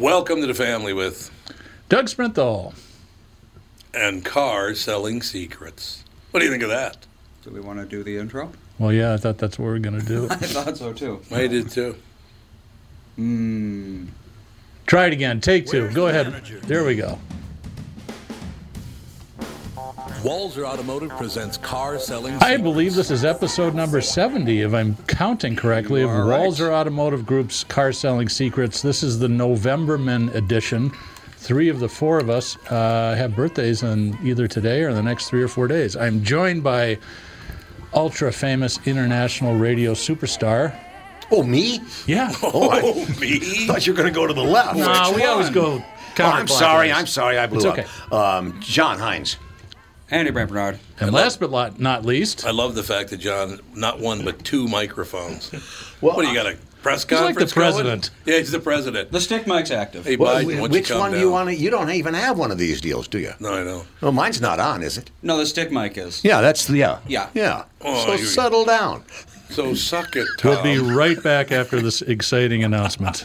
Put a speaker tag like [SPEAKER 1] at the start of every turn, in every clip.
[SPEAKER 1] Welcome to the family with
[SPEAKER 2] Doug Sprinthal.
[SPEAKER 1] and car selling secrets. What do you think of that?
[SPEAKER 3] Do we want to do the intro?
[SPEAKER 2] Well, yeah, I thought that's what we're going to do.
[SPEAKER 3] I thought so too.
[SPEAKER 1] I did too.
[SPEAKER 3] Mm,
[SPEAKER 2] Try it again. Take two. Go ahead. There we go.
[SPEAKER 1] Walzer Automotive presents car selling.
[SPEAKER 2] I believe this is episode number 70, if I'm counting correctly, of
[SPEAKER 3] You are right.
[SPEAKER 2] Walzer Automotive Group's Car Selling Secrets. This is the Novemberman edition. Three of the four of us uh, have birthdays on either today or the next three or four days. I'm joined by ultra famous international radio superstar.
[SPEAKER 4] Oh, me?
[SPEAKER 2] Yeah.
[SPEAKER 4] Oh, I
[SPEAKER 1] Oh, me?
[SPEAKER 4] thought you were going to go to the left.
[SPEAKER 2] no, we always go.
[SPEAKER 4] Oh, I'm sorry.
[SPEAKER 2] counterclockwise.
[SPEAKER 4] I'm sorry. I blew
[SPEAKER 2] It's
[SPEAKER 4] up. Um, John Hines.
[SPEAKER 3] Andy Brant Bernard.
[SPEAKER 2] And last but not- not least,
[SPEAKER 1] I love the fact that John, not one, but two microphones.
[SPEAKER 4] Well,
[SPEAKER 1] what do you got, a press
[SPEAKER 2] He's like
[SPEAKER 1] conference?
[SPEAKER 2] the
[SPEAKER 1] going?
[SPEAKER 2] president.
[SPEAKER 1] Yeah, he's the president.
[SPEAKER 3] The stick mic's active.
[SPEAKER 1] Hey,
[SPEAKER 4] Well,
[SPEAKER 1] Biden, why
[SPEAKER 4] wh-
[SPEAKER 1] don't
[SPEAKER 4] which
[SPEAKER 1] you come
[SPEAKER 4] one do
[SPEAKER 1] down?
[SPEAKER 4] you want to? You don't even have one of these deals, do you?
[SPEAKER 1] No, I know.
[SPEAKER 4] Well, mine's not on, is it?
[SPEAKER 3] No, the stick mic is.
[SPEAKER 4] Yeah, that's the yeah.
[SPEAKER 3] Yeah.
[SPEAKER 4] Yeah.
[SPEAKER 1] Oh,
[SPEAKER 4] so
[SPEAKER 1] here we go.
[SPEAKER 4] settle down.
[SPEAKER 1] So suck it,
[SPEAKER 2] We'll
[SPEAKER 1] Tom.
[SPEAKER 2] be right back after this exciting announcement.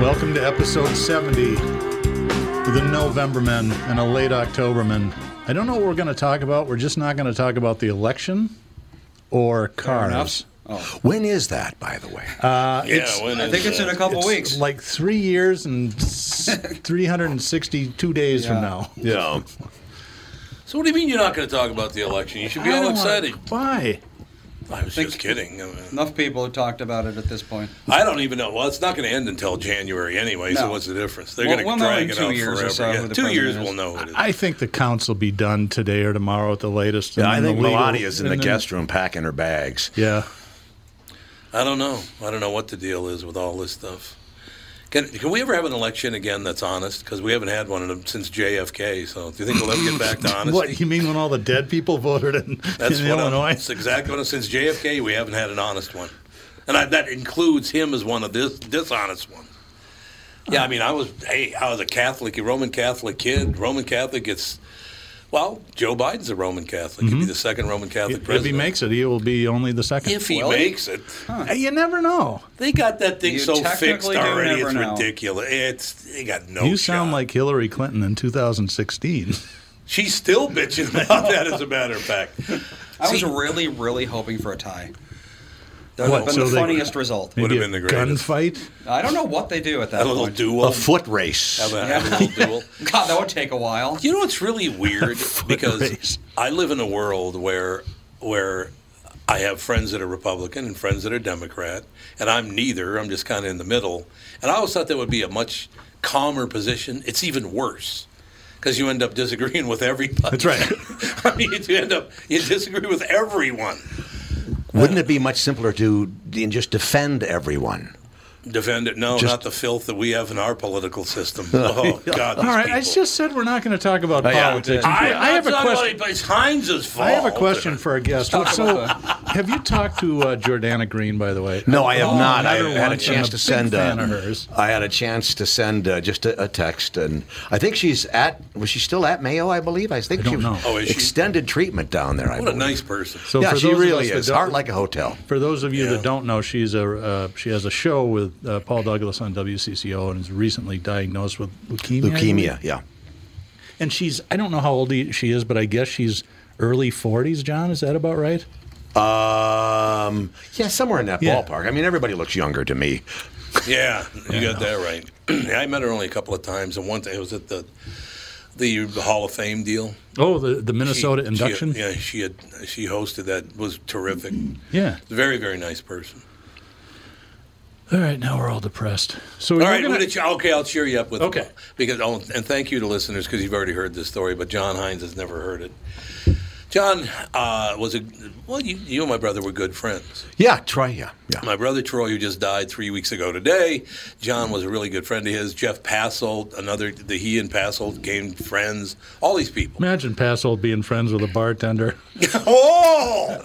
[SPEAKER 2] Welcome to episode 70 with the Novembermen and a late Octoberman. I don't know what we're going to talk about. We're just not going to talk about the election or cars.
[SPEAKER 4] When is that, by the way?
[SPEAKER 1] yeah, when
[SPEAKER 3] I think it's in a couple weeks.
[SPEAKER 2] Like three years and s- 362 days from
[SPEAKER 3] Yeah.
[SPEAKER 2] now.
[SPEAKER 4] yeah.
[SPEAKER 1] So what do you mean you're not going to talk about the election? You should be
[SPEAKER 2] I
[SPEAKER 1] all
[SPEAKER 2] don't wanna-
[SPEAKER 1] excited.
[SPEAKER 2] Why?
[SPEAKER 1] I was just kidding. I, mean,
[SPEAKER 3] Enough people have talked about it at this point.
[SPEAKER 1] I don't even know. Well, it's not going to end until January anyway. So
[SPEAKER 3] No.
[SPEAKER 1] what's the difference? They're
[SPEAKER 3] Well,
[SPEAKER 1] going
[SPEAKER 3] we'll
[SPEAKER 1] to
[SPEAKER 3] know
[SPEAKER 1] drag
[SPEAKER 3] in
[SPEAKER 1] it
[SPEAKER 3] two
[SPEAKER 1] out
[SPEAKER 3] years or
[SPEAKER 1] forever.
[SPEAKER 3] so
[SPEAKER 1] yeah,
[SPEAKER 3] who the
[SPEAKER 1] two years
[SPEAKER 3] president
[SPEAKER 1] we'll
[SPEAKER 3] is.
[SPEAKER 1] know what it is.
[SPEAKER 2] I think the counts will be done today or tomorrow at the latest. and
[SPEAKER 4] I
[SPEAKER 2] then
[SPEAKER 4] think
[SPEAKER 2] the legal-
[SPEAKER 4] Melania's in the
[SPEAKER 2] and then-
[SPEAKER 4] guest room packing her bags.
[SPEAKER 2] Yeah.
[SPEAKER 1] I don't know. I don't know what the deal is with all this stuff. Can, can we ever have an election again that's honest? Because we haven't had one of them since JFK. So do you think we'll ever get back to honesty?
[SPEAKER 2] What you mean when all the dead people voted in,
[SPEAKER 1] That's
[SPEAKER 2] in
[SPEAKER 1] what I'm-
[SPEAKER 2] Illinois?
[SPEAKER 1] That's exactly what I'm, since JFK we haven't had an honest one, and I, that includes him as one of this dishonest ones. Yeah, I mean, I was hey, I was a Catholic, a Roman Catholic kid. Roman Catholic gets well. Joe Biden's a Roman Catholic. He'd be the second Roman Catholic
[SPEAKER 2] If he
[SPEAKER 1] president
[SPEAKER 2] makes it, he will be only the second.
[SPEAKER 1] If he
[SPEAKER 3] Well,
[SPEAKER 1] makes it,
[SPEAKER 2] Uh, you never know.
[SPEAKER 1] they got that thing
[SPEAKER 3] You
[SPEAKER 1] so fixed
[SPEAKER 3] technically do
[SPEAKER 1] already.
[SPEAKER 3] never
[SPEAKER 1] It's
[SPEAKER 3] know.
[SPEAKER 1] ridiculous. It's they got no.
[SPEAKER 2] you sound
[SPEAKER 1] shot.
[SPEAKER 2] like Hillary Clinton in 2016.
[SPEAKER 1] she's still bitching about that. As a matter of fact,
[SPEAKER 3] I was
[SPEAKER 1] See-
[SPEAKER 3] really, really hoping for a tie. That would
[SPEAKER 2] What,
[SPEAKER 3] have been
[SPEAKER 2] so
[SPEAKER 3] the
[SPEAKER 2] they-
[SPEAKER 3] funniest result.
[SPEAKER 1] Would've
[SPEAKER 2] Maybe
[SPEAKER 1] been the
[SPEAKER 2] a
[SPEAKER 1] greatest.
[SPEAKER 2] gunfight.
[SPEAKER 3] I don't know what they do at that
[SPEAKER 1] a little
[SPEAKER 3] point.
[SPEAKER 1] duel.
[SPEAKER 4] A foot race.
[SPEAKER 1] Have a- have a little duel.
[SPEAKER 3] God, that would take a while.
[SPEAKER 1] You know what's really weird because
[SPEAKER 2] race.
[SPEAKER 1] I live in a world where where I have friends that are Republican and friends that are Democrat, and I'm neither. I'm just kind of in the middle. And I always thought that would be a much calmer position. It's even worse because you end up disagreeing with everybody.
[SPEAKER 4] That's right.
[SPEAKER 1] I mean, you end up you disagree with everyone.
[SPEAKER 4] Wouldn't it be much simpler to d- just defend everyone?
[SPEAKER 1] Defend it? No,
[SPEAKER 4] Just-
[SPEAKER 1] not the filth that we have in our political system. Oh God!
[SPEAKER 2] All right, I just said we're not going to talk about
[SPEAKER 4] Oh, yeah.
[SPEAKER 2] politics.
[SPEAKER 1] I,
[SPEAKER 2] I have a question.
[SPEAKER 1] It's Heinz's fault.
[SPEAKER 2] I have a question for our guest.
[SPEAKER 3] Let's talk
[SPEAKER 2] So,
[SPEAKER 3] about
[SPEAKER 2] have you talked to uh, Jordana Green, by the way?
[SPEAKER 4] No, I have
[SPEAKER 2] Oh,
[SPEAKER 4] not. I
[SPEAKER 2] another
[SPEAKER 4] had
[SPEAKER 2] one.
[SPEAKER 4] a
[SPEAKER 2] I'm
[SPEAKER 4] chance to
[SPEAKER 2] big
[SPEAKER 4] send.
[SPEAKER 2] fan
[SPEAKER 4] uh,
[SPEAKER 2] of hers.
[SPEAKER 4] I had a chance to send uh, just a, a text, and I think she's at. Was she still at Mayo? I believe. I
[SPEAKER 2] I
[SPEAKER 4] think
[SPEAKER 2] don't
[SPEAKER 4] she was
[SPEAKER 2] know.
[SPEAKER 1] Oh, is she?
[SPEAKER 4] extended treatment down there. I
[SPEAKER 1] What a
[SPEAKER 4] believe.
[SPEAKER 1] nice person.
[SPEAKER 2] So
[SPEAKER 4] yeah,
[SPEAKER 2] for
[SPEAKER 4] she
[SPEAKER 2] those of
[SPEAKER 4] really
[SPEAKER 2] us that
[SPEAKER 4] is.
[SPEAKER 2] don't-
[SPEAKER 4] Heart like a hotel.
[SPEAKER 2] For those of you
[SPEAKER 1] Yeah.
[SPEAKER 2] that don't know, she's a uh, she has a show with uh, Paul Douglas on WCCO and is recently diagnosed with leukemia. I
[SPEAKER 4] Leukemia.
[SPEAKER 2] believe.
[SPEAKER 4] Yeah.
[SPEAKER 2] And she's I don't know how old he- she is, but I guess she's early 40s. John, is that about right?
[SPEAKER 4] Um. Yeah, somewhere in that
[SPEAKER 2] Yeah.
[SPEAKER 4] ballpark. I mean, everybody looks younger to me.
[SPEAKER 1] Yeah, you got that right. I met her only a couple of times, and one time it was at the the Hall of Fame deal.
[SPEAKER 2] Oh, the the
[SPEAKER 1] She-
[SPEAKER 2] Minnesota
[SPEAKER 1] she-
[SPEAKER 2] induction.
[SPEAKER 1] yeah, she had she hosted that was terrific.
[SPEAKER 2] Yeah.
[SPEAKER 1] Very very nice person.
[SPEAKER 2] All right, now we're all depressed. So
[SPEAKER 1] All
[SPEAKER 2] we're
[SPEAKER 1] right,
[SPEAKER 2] gonna-
[SPEAKER 1] what did you- okay, I'll cheer you up with
[SPEAKER 2] Okay.
[SPEAKER 1] because oh, and thank you to listeners because you've already heard this story, but John Hines has never heard it. John uh, was a well, you, you and my brother were good friends.
[SPEAKER 4] Yeah, try. Yeah, yeah.
[SPEAKER 1] My brother Troy, who just died three weeks ago today, John was a really good friend of his. Jeff Passold, another the he and Passold became friends. All these people.
[SPEAKER 2] imagine Passold being friends with a bartender?
[SPEAKER 1] Oh,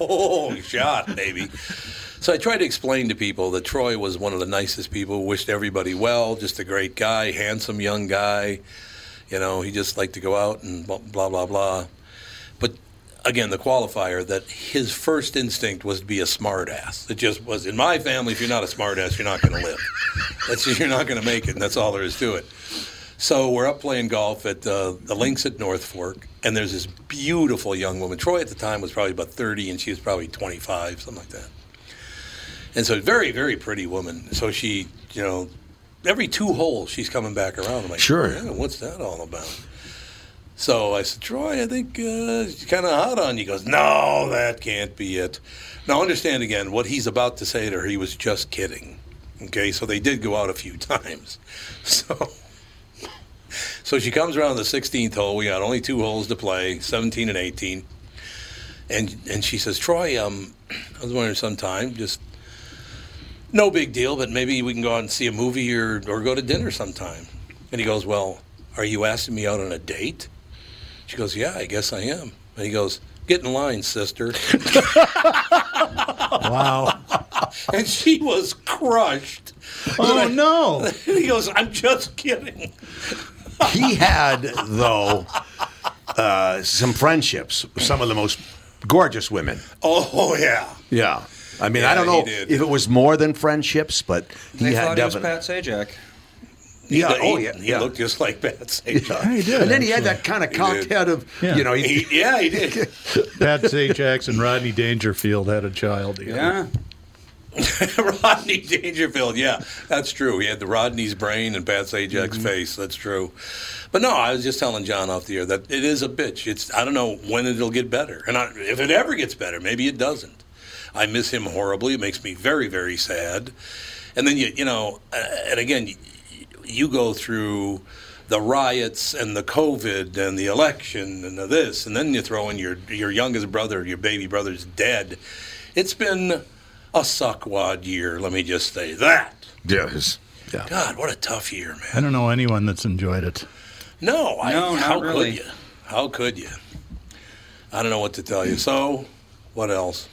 [SPEAKER 1] oh, shot, baby. So I tried to explain to people that Troy was one of the nicest people. Wished everybody well. Just a great guy, handsome young guy. You know, he just liked to go out and blah blah blah. blah. But again, the qualifier that his first instinct was to be a smartass. It just was in my family. If you're not a smartass, you're not going to live. That's you're not going to make it. And that's all there is to it. So we're up playing golf at uh, the links at North Fork, and there's this beautiful young woman. Troy at the time was probably about 30, and she was probably 25, something like that. And so, very, very pretty woman. So she, you know, every two holes she's coming back around. I'm like,
[SPEAKER 4] Sure.
[SPEAKER 1] "Man, what's that all about? So I said, Troy, I think uh, she's kind of hot on you. He goes, No, that can't be it. Now, understand again, what he's about to say to her, he was just kidding. Okay, so they did go out a few times. So. So she comes around the 16th hole. We got only two holes to play, 17 and 18. And and she says, Troy, um, I was wondering sometime, just no big deal, but maybe we can go out and see a movie or, or go to dinner sometime. And he goes, Well, are you asking me out on a date? She goes, Yeah, I guess I am. And he goes, Get in line, sister.
[SPEAKER 2] Wow.
[SPEAKER 1] and she was crushed.
[SPEAKER 2] oh no.
[SPEAKER 1] And he goes, I'm just kidding.
[SPEAKER 4] He had though uh, some friendships. with Some of the most gorgeous women.
[SPEAKER 1] Oh, yeah.
[SPEAKER 4] Yeah. I mean, I
[SPEAKER 1] Yeah,
[SPEAKER 4] don't know
[SPEAKER 1] he did.
[SPEAKER 4] if it was more than friendships, but he
[SPEAKER 3] They
[SPEAKER 4] had
[SPEAKER 3] thought it was
[SPEAKER 4] definitely.
[SPEAKER 3] Pat Sajak.
[SPEAKER 4] Yeah,
[SPEAKER 1] He-
[SPEAKER 4] oh
[SPEAKER 1] he-
[SPEAKER 4] yeah,
[SPEAKER 1] He
[SPEAKER 4] yeah.
[SPEAKER 1] looked just like Pat Sajak.
[SPEAKER 4] Yeah.
[SPEAKER 2] he did,
[SPEAKER 4] and then he had
[SPEAKER 2] actually.
[SPEAKER 4] that kind of
[SPEAKER 1] He
[SPEAKER 4] cocked
[SPEAKER 1] did.
[SPEAKER 4] head of,
[SPEAKER 2] Yeah.
[SPEAKER 4] you know,
[SPEAKER 1] He-
[SPEAKER 4] he,
[SPEAKER 1] yeah, he did.
[SPEAKER 2] Pat Sajak and Rodney Dangerfield had a child. together.
[SPEAKER 3] Yeah.
[SPEAKER 1] Rodney Dangerfield. Yeah, that's true. He had the Rodney's brain and Pat Sajak's face. That's true. But no, I was just telling John off the air that it is a bitch. It's I don't know when it'll get better, and I, if it ever gets better, maybe it doesn't. I miss him horribly. It makes me very very sad. And then you you know, uh, and again, you, you go through. The riots and the COVID and the election and the this, and then you throw in your your youngest brother, your baby brother's dead. It's been a suckwad year. Let me just say that.
[SPEAKER 4] Yes. Yeah.
[SPEAKER 1] God, what a tough year,
[SPEAKER 2] I
[SPEAKER 1] man.
[SPEAKER 2] don't know anyone that's enjoyed it.
[SPEAKER 1] No, I,
[SPEAKER 3] No, not
[SPEAKER 1] how
[SPEAKER 3] really.
[SPEAKER 1] could you? How could you? I don't know what to tell you. So, what else?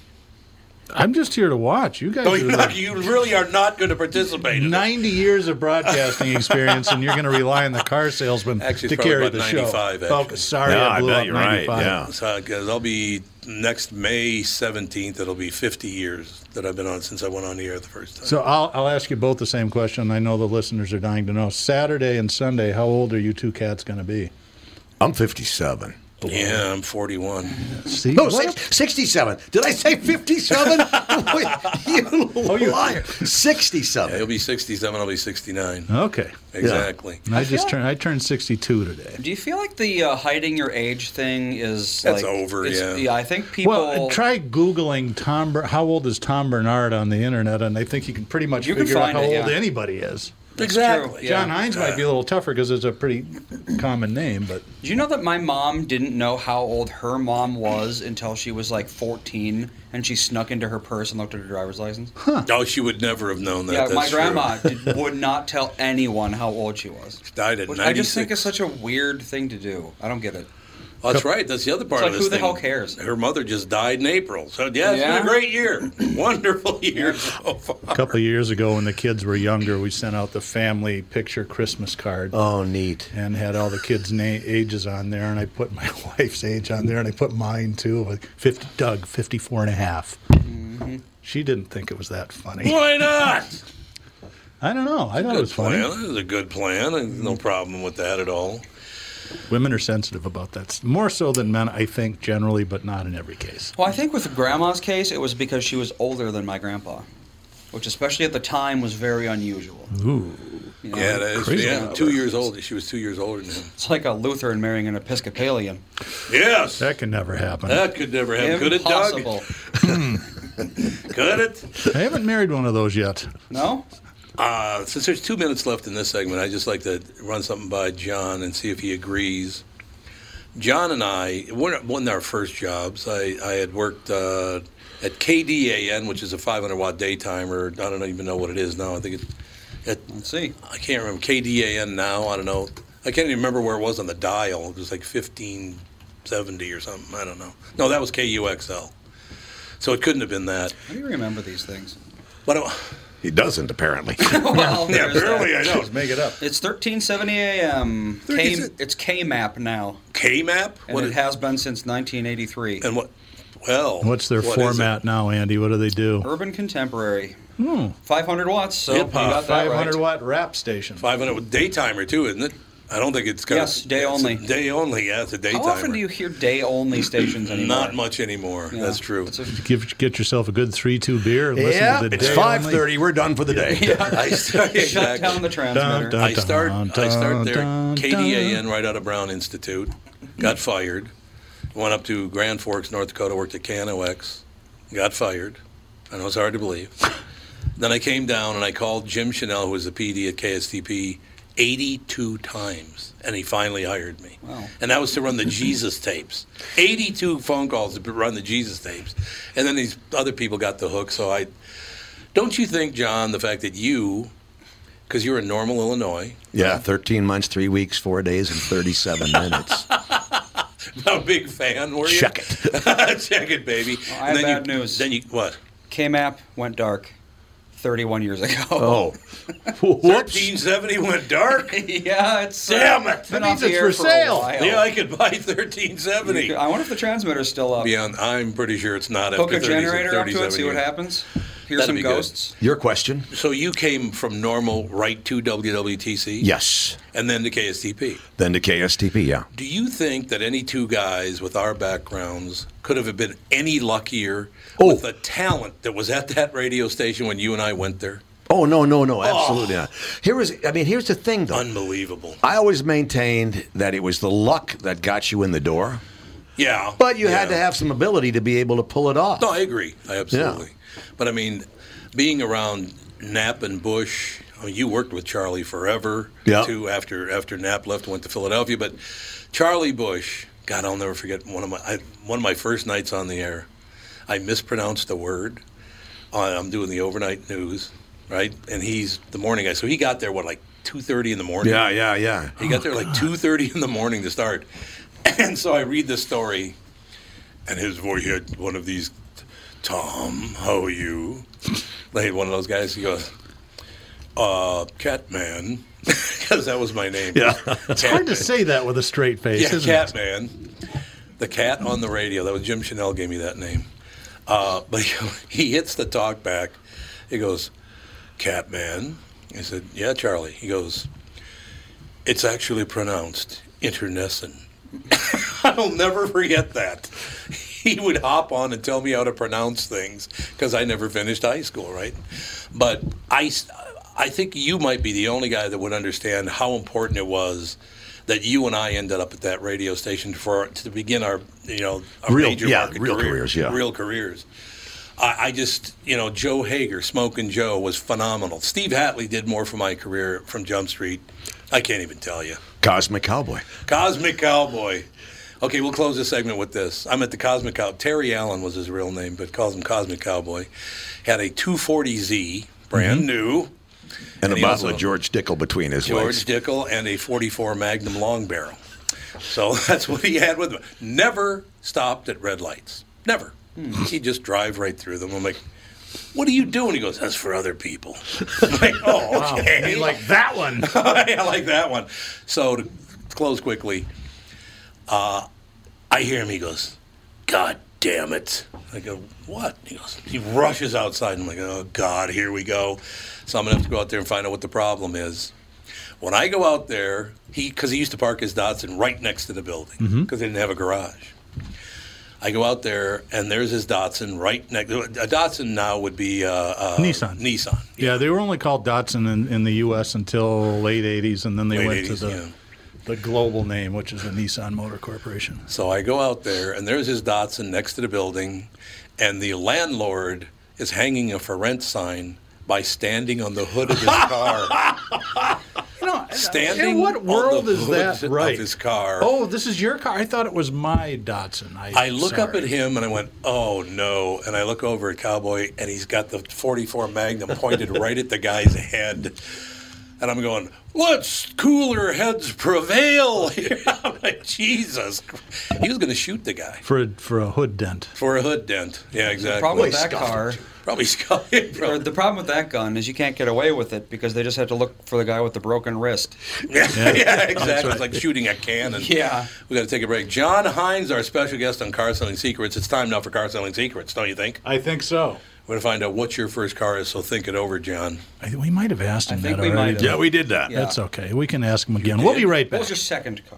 [SPEAKER 2] I'm just here to watch. You guys
[SPEAKER 1] No,
[SPEAKER 2] are
[SPEAKER 1] you're
[SPEAKER 2] the-
[SPEAKER 1] not, Oh, you really are not going to participate. In it.
[SPEAKER 2] 90 years of broadcasting experience, and you're going to rely on the car salesman
[SPEAKER 1] Actually,
[SPEAKER 2] to
[SPEAKER 1] it's probably
[SPEAKER 2] carry
[SPEAKER 1] about
[SPEAKER 2] the
[SPEAKER 1] 95,
[SPEAKER 2] show.
[SPEAKER 1] actually.
[SPEAKER 2] Oh, sorry,
[SPEAKER 4] Yeah,
[SPEAKER 2] I
[SPEAKER 4] I
[SPEAKER 2] blew
[SPEAKER 4] bet
[SPEAKER 2] up
[SPEAKER 4] you're right,
[SPEAKER 2] 95.
[SPEAKER 4] yeah.
[SPEAKER 1] Because I'll be next May 17th. It'll be 50 years that I've been on since I went on the air the first time.
[SPEAKER 2] So I'll, I'll ask you both the same question. I know the listeners are dying to know. Saturday and Sunday, how old are you two cats going to be?
[SPEAKER 4] I'm 57.
[SPEAKER 5] the way.
[SPEAKER 1] Yeah, I'm 41.
[SPEAKER 5] See,
[SPEAKER 4] No,
[SPEAKER 5] What
[SPEAKER 4] six, 67. Did I say 57? Wait, you liar. 67.
[SPEAKER 1] He'll be 67. I'll be 69.
[SPEAKER 5] a- okay.
[SPEAKER 1] Exactly.
[SPEAKER 5] And I, just turned. I turned 62 today.
[SPEAKER 3] Do you feel like the uh, hiding your age thing is
[SPEAKER 1] That's
[SPEAKER 3] like,
[SPEAKER 1] over,
[SPEAKER 3] it's-
[SPEAKER 1] yeah.
[SPEAKER 3] Yeah, I think people.
[SPEAKER 5] Well, try googling Tom. Ber- how old is Tom Bernard on the internet? And I think you can pretty much
[SPEAKER 3] You can
[SPEAKER 5] figure out
[SPEAKER 3] find
[SPEAKER 5] how
[SPEAKER 3] it, yeah.
[SPEAKER 5] old anybody is.
[SPEAKER 3] Exactly. Yeah.
[SPEAKER 5] John Hines might be a little tougher because it's a pretty common name, but
[SPEAKER 3] Do you know that my mom didn't know how old her mom was until she was like 14, and she snuck into her purse and looked at her driver's license?
[SPEAKER 1] Oh, she would never have known that.
[SPEAKER 3] Yeah, my
[SPEAKER 1] That's true.
[SPEAKER 3] grandma did, would not tell anyone how old she was.
[SPEAKER 1] died at
[SPEAKER 3] Which I just think
[SPEAKER 1] 96.
[SPEAKER 3] is such a weird thing to do. I don't get it.
[SPEAKER 1] Oh, that's right. That's the other part
[SPEAKER 3] It's
[SPEAKER 1] of
[SPEAKER 3] like,
[SPEAKER 1] this
[SPEAKER 3] who the
[SPEAKER 1] thing.
[SPEAKER 3] hell cares?
[SPEAKER 1] Her mother just died in April. So, yeah, it's
[SPEAKER 3] Yeah.
[SPEAKER 1] been a great year. Wonderful year Oh, so
[SPEAKER 5] a
[SPEAKER 1] far.
[SPEAKER 5] couple of years ago when the kids were younger, we sent out the family picture Christmas card.
[SPEAKER 4] Oh, neat.
[SPEAKER 5] and had all the kids' na- ages on there, and I put my wife's age on there, and I put mine too. Like 50, Doug, 54 and a half. She didn't think it was that funny.
[SPEAKER 1] Why not?
[SPEAKER 5] I don't know. I thought it
[SPEAKER 1] Good
[SPEAKER 5] was funny.
[SPEAKER 1] plan. That is a good plan. and No problem with that at all.
[SPEAKER 5] Women are sensitive about that, s- more so than men, I think, generally, but not in every case.
[SPEAKER 3] Well, I think with grandma's case, it was because she was older than my grandpa, which especially at the time was very unusual.
[SPEAKER 5] Ooh.
[SPEAKER 3] You know,
[SPEAKER 1] yeah, that is,
[SPEAKER 5] crazy.
[SPEAKER 1] yeah, two years old. She was two years older than him.
[SPEAKER 3] It's like a Lutheran marrying an Episcopalian.
[SPEAKER 1] Yes.
[SPEAKER 5] That can never happen.
[SPEAKER 1] That could never happen. Could it, Doug?
[SPEAKER 3] Impossible.
[SPEAKER 1] Could it?
[SPEAKER 5] I haven't married one of those yet.
[SPEAKER 3] No?
[SPEAKER 1] Uh, since there's two minutes left in this segment, I'd just like to run something by John and see if he agrees. John and I, one one of our first jobs, I, I had worked uh, at KDAN, which is a 500 watt day timer. I don't even know what it is now. I think it's, it,
[SPEAKER 3] Let's see.
[SPEAKER 1] I can't remember KDAN now. I don't know. I can't even remember where it was on the dial. It was like 1570 or something. I don't know. No, that was KUXL. So it couldn't have been that.
[SPEAKER 3] How do you remember these things?
[SPEAKER 1] But I-
[SPEAKER 4] He doesn't, apparently.
[SPEAKER 3] Well,
[SPEAKER 1] yeah,
[SPEAKER 3] there's that.
[SPEAKER 1] apparently I don't.
[SPEAKER 5] Make it up.
[SPEAKER 3] It's 1370 a.m. K, it's K-MAP now,
[SPEAKER 1] KMAP?
[SPEAKER 3] and it,
[SPEAKER 1] is-
[SPEAKER 3] has been since 1983.
[SPEAKER 1] And what? Well,
[SPEAKER 5] What's their
[SPEAKER 1] what is it?
[SPEAKER 5] format now, Andy? What do they do?
[SPEAKER 3] Urban Contemporary.
[SPEAKER 5] Hmm.
[SPEAKER 3] 500 watts, so
[SPEAKER 1] Hip-hop.
[SPEAKER 3] you got that
[SPEAKER 5] 500
[SPEAKER 3] right.
[SPEAKER 5] watt rap station.
[SPEAKER 1] 500 with day timer too, isn't it? I don't think it's got.
[SPEAKER 3] Yes, day
[SPEAKER 1] it's a
[SPEAKER 3] only.
[SPEAKER 1] Day only. Yeah, it's a day
[SPEAKER 3] How
[SPEAKER 1] timer.
[SPEAKER 3] often do you hear day-only stations anymore?
[SPEAKER 1] Not much anymore.
[SPEAKER 3] Yeah.
[SPEAKER 1] That's true.
[SPEAKER 3] It's a-
[SPEAKER 5] Give, get yourself a good 3 2 beer and listen
[SPEAKER 4] yeah,
[SPEAKER 5] to the
[SPEAKER 4] it's
[SPEAKER 5] day
[SPEAKER 4] 5.30. We're done for the day.
[SPEAKER 1] I start,
[SPEAKER 3] Shut down the transmitter.
[SPEAKER 5] dun.
[SPEAKER 1] I start. I start there.
[SPEAKER 5] Dun, dun,
[SPEAKER 1] KDAN right out of Brown Institute. Got fired. Went up to Grand Forks, North Dakota. Worked at KNOX. Got fired. I know it's hard to believe. then I came down and I called Jim Chanel, who was the PD at KSTP, 82 times, and he finally hired me.
[SPEAKER 3] Wow.
[SPEAKER 1] And that was to run the Jesus tapes. 82 phone calls to run the Jesus tapes, and then these other people got the hook. So I, don't you think, John, the fact that you, because you're in Normal, Illinois,
[SPEAKER 4] Yeah, 13 months, 3 weeks, 4 days, and 37 minutes.
[SPEAKER 1] not a big fan, were you?
[SPEAKER 4] Check it.
[SPEAKER 1] Check it, baby.
[SPEAKER 3] Well, I have
[SPEAKER 1] you,
[SPEAKER 3] bad news.
[SPEAKER 1] Then you what?
[SPEAKER 3] K-MAP went dark 31 years ago.
[SPEAKER 4] Oh. Whoops.
[SPEAKER 1] 1370 went dark.
[SPEAKER 3] yeah, it's
[SPEAKER 1] Damn it.
[SPEAKER 3] it's been
[SPEAKER 5] That means
[SPEAKER 3] off the
[SPEAKER 5] it's
[SPEAKER 3] air
[SPEAKER 5] for
[SPEAKER 3] a
[SPEAKER 5] sale.
[SPEAKER 3] while.
[SPEAKER 1] Yeah, I could buy 1370.
[SPEAKER 3] I wonder if the transmitter's still up.
[SPEAKER 1] Beyond, I'm pretty sure it's not
[SPEAKER 3] Hook
[SPEAKER 1] after
[SPEAKER 3] a
[SPEAKER 1] 30,
[SPEAKER 3] generator up to
[SPEAKER 1] 37
[SPEAKER 3] it, see what
[SPEAKER 1] years.
[SPEAKER 3] happens. Hear
[SPEAKER 1] That'd
[SPEAKER 3] some
[SPEAKER 1] be good.
[SPEAKER 3] ghosts.
[SPEAKER 4] Your question?
[SPEAKER 1] So you came from normal right to WWTC?
[SPEAKER 4] Yes.
[SPEAKER 1] And then to KSTP.
[SPEAKER 4] Then to KSTP, yeah.
[SPEAKER 1] Do you think that any two guys with our backgrounds could have been any luckier
[SPEAKER 4] Oh.
[SPEAKER 1] with the talent that was at that radio station when you and I went there?
[SPEAKER 4] Oh, no, no, no, absolutely not. Here is, I mean, here's the thing, though.
[SPEAKER 1] Unbelievable.
[SPEAKER 4] I always maintained that it was the luck that got you in the door,
[SPEAKER 1] Yeah.
[SPEAKER 4] but you had
[SPEAKER 1] Yeah. Oh.
[SPEAKER 4] to have some ability to be able to pull it off.
[SPEAKER 1] No, I agree. I absolutely. But I mean, being around Knapp and Bush, I mean, you worked with Charlie forever.
[SPEAKER 4] Yeah.
[SPEAKER 1] Too after after Knapp left, went to Philadelphia. But Charlie Bush, God, I'll never forget one of my I, one of my first nights on the air. I mispronounced a word. Uh, I'm doing the overnight news, right? And he's the morning guy, so he got there what like two thirty in the morning.
[SPEAKER 4] Yeah, yeah, yeah.
[SPEAKER 1] He got there
[SPEAKER 5] Oh,
[SPEAKER 1] like two thirty in the morning to start, and so I read the story, and his voice he had one of these, Tom, how are you? Like one of those guys. He goes, uh, Catman, because that was my name. Yeah,
[SPEAKER 5] It's hard to say that with a straight face,
[SPEAKER 1] yeah,
[SPEAKER 5] isn't it?
[SPEAKER 1] Catman. The cat on the radio. That was Jim Chanel gave me that name. Uh, but he, he hits the talk back. He goes, Catman. I said, Yeah, Charlie. He goes, It's actually pronounced internecine. I'll never forget that. He would hop on and tell me how to pronounce things because I never finished high school, right? But I, s- I think you might be the only guy that would understand how important it was that you and I ended up at that radio station for to begin our, you know, our
[SPEAKER 4] Real-
[SPEAKER 1] major
[SPEAKER 4] yeah,
[SPEAKER 1] market
[SPEAKER 4] real
[SPEAKER 1] career,
[SPEAKER 4] careers, yeah.
[SPEAKER 1] real careers. I, I just, you know, Joe Hager, Smoking Joe, was phenomenal. Steve Hatley did more for my career from Jump Street. I can't even tell you.
[SPEAKER 4] Cosmic Cowboy.
[SPEAKER 1] Cosmic Cowboy. Okay, we'll close this segment with this. I'm at the Cosmic Cow. Terry Allen was his real name, but calls him Cosmic Cowboy. Had a 240Z, brand
[SPEAKER 2] Mm-hmm.
[SPEAKER 1] new,
[SPEAKER 4] And, a
[SPEAKER 1] he also-
[SPEAKER 4] bottle of George Dickel between his legs.
[SPEAKER 1] George Dickel, and a 44 Magnum long barrel. So that's what he had with him. Never stopped at red lights. Never.
[SPEAKER 2] Hmm.
[SPEAKER 1] He'd just drive right through them. I'm like, what are you doing? He goes, that's for other people. I'm like, oh, okay.
[SPEAKER 2] like that one.
[SPEAKER 1] I like that one. So to close quickly, uh, I hear him. He goes, "God damn it!" I go, "What?" He goes. He rushes outside. I'm like, "Oh God, here we go." So I'm gonna have to go out there and find out what the problem is. When I go out there, he because he used to park his Datsun right next to the building because they didn't have a garage. I go out there and there's his Datsun right next. A Datsun now would be uh, uh,
[SPEAKER 2] Nissan.
[SPEAKER 1] Nissan.
[SPEAKER 2] Yeah, they were only called Datsun in, in the U.S. until late '80s, and then they
[SPEAKER 1] Late
[SPEAKER 2] went to
[SPEAKER 1] 80s,
[SPEAKER 2] the
[SPEAKER 1] yeah.
[SPEAKER 2] the global name, which is the Nissan Motor Corporation.
[SPEAKER 1] So I go out there, and there's his Datsun next to the building, and the landlord is hanging a for rent sign by standing on the hood of his car. standing
[SPEAKER 2] In what
[SPEAKER 1] on
[SPEAKER 2] world
[SPEAKER 1] the
[SPEAKER 2] is that?
[SPEAKER 1] hood
[SPEAKER 2] Right.
[SPEAKER 1] of his car.
[SPEAKER 2] Oh, this is your car. I thought it was my Datsun. I,
[SPEAKER 1] I look up
[SPEAKER 2] sorry.
[SPEAKER 1] at him and I went, "Oh no!" And I look over at Cowboy, and he's got the 44 Magnum pointed right at the guy's head. And I'm going, "Let's cooler heads prevail!" here." I'm like, Jesus, he was going to shoot the guy
[SPEAKER 2] for a, for a hood dent.
[SPEAKER 1] for a hood dent. Yeah, exactly.
[SPEAKER 3] problem with that
[SPEAKER 4] scuffed
[SPEAKER 3] car,
[SPEAKER 1] Probably Scully.
[SPEAKER 3] or the problem with that gun is you can't get away with it because they just have to look for the guy with the broken wrist.
[SPEAKER 1] Yeah, exactly. It's like shooting a cannon.
[SPEAKER 3] Yeah.
[SPEAKER 1] We got to take a break. John Hines, our special guest on Car Selling Secrets. It's time now for Car Selling Secrets, don't you think?
[SPEAKER 2] I think so.
[SPEAKER 1] We're going to find out what your first car is, so think it over, John.
[SPEAKER 2] I, we might have asked him
[SPEAKER 3] I think
[SPEAKER 2] that
[SPEAKER 3] we
[SPEAKER 2] already.
[SPEAKER 3] might
[SPEAKER 2] though.
[SPEAKER 3] have.
[SPEAKER 4] Yeah, we did that.
[SPEAKER 3] Yeah.
[SPEAKER 2] That's okay. We can ask him again. We'll be right
[SPEAKER 3] What
[SPEAKER 2] back.
[SPEAKER 3] was your second car?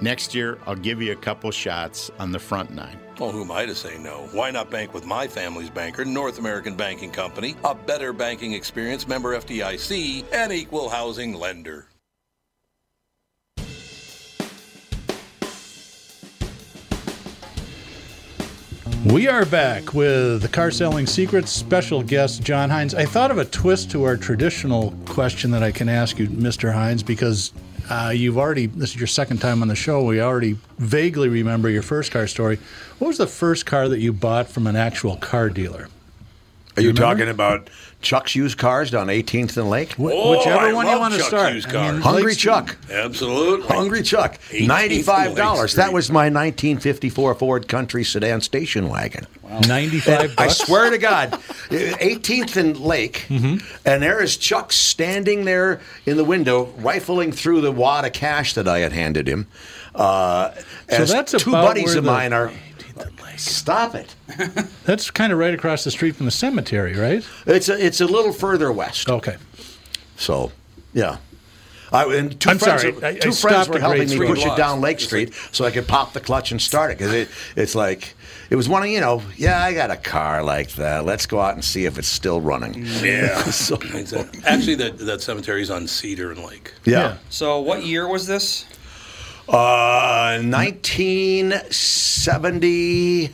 [SPEAKER 6] Next year, I'll give you a couple shots on the front nine.
[SPEAKER 1] Well, who am I to say no? Why not bank with my family's banker, North American Banking Company, a better banking experience, member FDIC, and equal housing lender?
[SPEAKER 2] We are back with the Car Selling Secrets special guest, John Hines. I thought of a twist to our traditional question that I can ask you, Mr. Hines, because uh, you've already, this is your second time on the show, we already vaguely remember your first car story. What was the first car that you bought from an actual car dealer?
[SPEAKER 4] Are you talking about Chuck's used cars down 18th and Lake?
[SPEAKER 2] Wh-
[SPEAKER 1] Oh, I
[SPEAKER 2] whichever one you
[SPEAKER 1] love
[SPEAKER 2] want to
[SPEAKER 1] Chuck's
[SPEAKER 2] start.
[SPEAKER 1] used cars.
[SPEAKER 4] Hungry
[SPEAKER 2] Lake's-
[SPEAKER 4] Chuck.
[SPEAKER 1] Absolutely.
[SPEAKER 4] Hungry Chuck.
[SPEAKER 1] 18th and
[SPEAKER 4] Ninety-five
[SPEAKER 1] Lake
[SPEAKER 4] dollars.
[SPEAKER 1] Street.
[SPEAKER 4] That was my 1954 Ford Country sedan station wagon.
[SPEAKER 2] 95
[SPEAKER 4] I
[SPEAKER 2] bucks. Mm-hmm.
[SPEAKER 4] swear to God, 18th and Lake, and there is Chuck standing there in the window, rifling through the wad of cash that I had handed him. Uh, as
[SPEAKER 2] that's
[SPEAKER 4] two
[SPEAKER 2] about
[SPEAKER 4] buddies
[SPEAKER 2] where
[SPEAKER 4] of
[SPEAKER 2] the-
[SPEAKER 4] mine are. Stop it!
[SPEAKER 2] That's kind of right across the street from the cemetery, right?
[SPEAKER 4] It's a, it's a little further west.
[SPEAKER 2] Okay.
[SPEAKER 4] So, yeah. I, and 2
[SPEAKER 2] I'm
[SPEAKER 4] friends,
[SPEAKER 2] sorry, I- I
[SPEAKER 4] two friends
[SPEAKER 2] stopped
[SPEAKER 4] were
[SPEAKER 2] at
[SPEAKER 4] helping
[SPEAKER 2] grade
[SPEAKER 4] me
[SPEAKER 2] three.
[SPEAKER 4] push it
[SPEAKER 1] Lots.
[SPEAKER 4] down Lake Street so I could pop the clutch and start it because it, it's like it was one of you know yeah I got a car like that let's go out and see if it's still running yeah so,
[SPEAKER 1] Exactly. Actually, that, that cemetery's on Cedar and Lake.
[SPEAKER 4] yeah
[SPEAKER 3] So what year was this?
[SPEAKER 4] uh 1971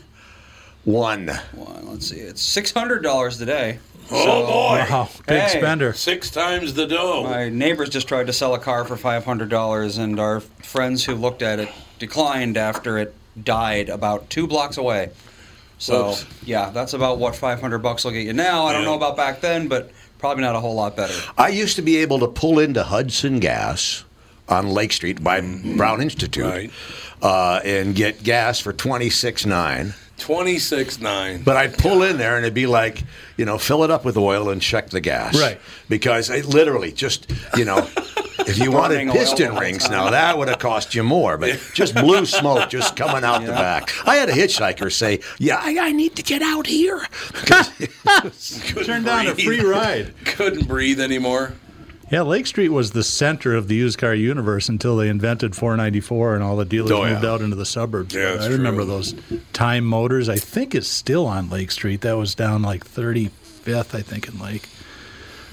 [SPEAKER 3] Well, let's see. It's six hundred dollars today.
[SPEAKER 1] Oh boy!
[SPEAKER 2] Wow, big
[SPEAKER 3] Hey.
[SPEAKER 2] spender.
[SPEAKER 1] Six times the dough.
[SPEAKER 3] My neighbors just tried to sell a car for five hundred dollars, and our friends who looked at it declined after it died about two blocks away. So
[SPEAKER 1] Whoops.
[SPEAKER 3] yeah, that's about what five hundred bucks will get you now. I don't
[SPEAKER 1] Yeah.
[SPEAKER 3] know about back then, but probably not a whole lot better.
[SPEAKER 4] I used to be able to pull into Hudson Gas on Lake Street by Brown Institute
[SPEAKER 1] Right.
[SPEAKER 4] uh, and get gas for twenty six nine.
[SPEAKER 1] Twenty-six nine.
[SPEAKER 4] But I'd pull in there and it'd be like, you know, fill it up with oil and check the gas.
[SPEAKER 2] Right.
[SPEAKER 4] Because I literally just, you know, if you wanted
[SPEAKER 3] Burning oil
[SPEAKER 4] piston
[SPEAKER 3] all the
[SPEAKER 4] rings
[SPEAKER 3] time.
[SPEAKER 4] now, that would have cost you more. But just blue smoke just coming out the back. I had a hitchhiker say, yeah, I, I need to get out here.
[SPEAKER 1] Couldn't
[SPEAKER 2] Turned down a
[SPEAKER 1] breathe.
[SPEAKER 2] free ride.
[SPEAKER 1] Couldn't breathe anymore.
[SPEAKER 2] Yeah, Lake Street was the center of the used car universe until they invented 494 and all the dealers
[SPEAKER 4] Oh, yeah.
[SPEAKER 2] moved out into the suburbs.
[SPEAKER 1] Yeah, that's
[SPEAKER 2] I remember
[SPEAKER 1] true.
[SPEAKER 2] those Time Motors. I think it's still on Lake Street. That was down like 35th, I think, in Lake.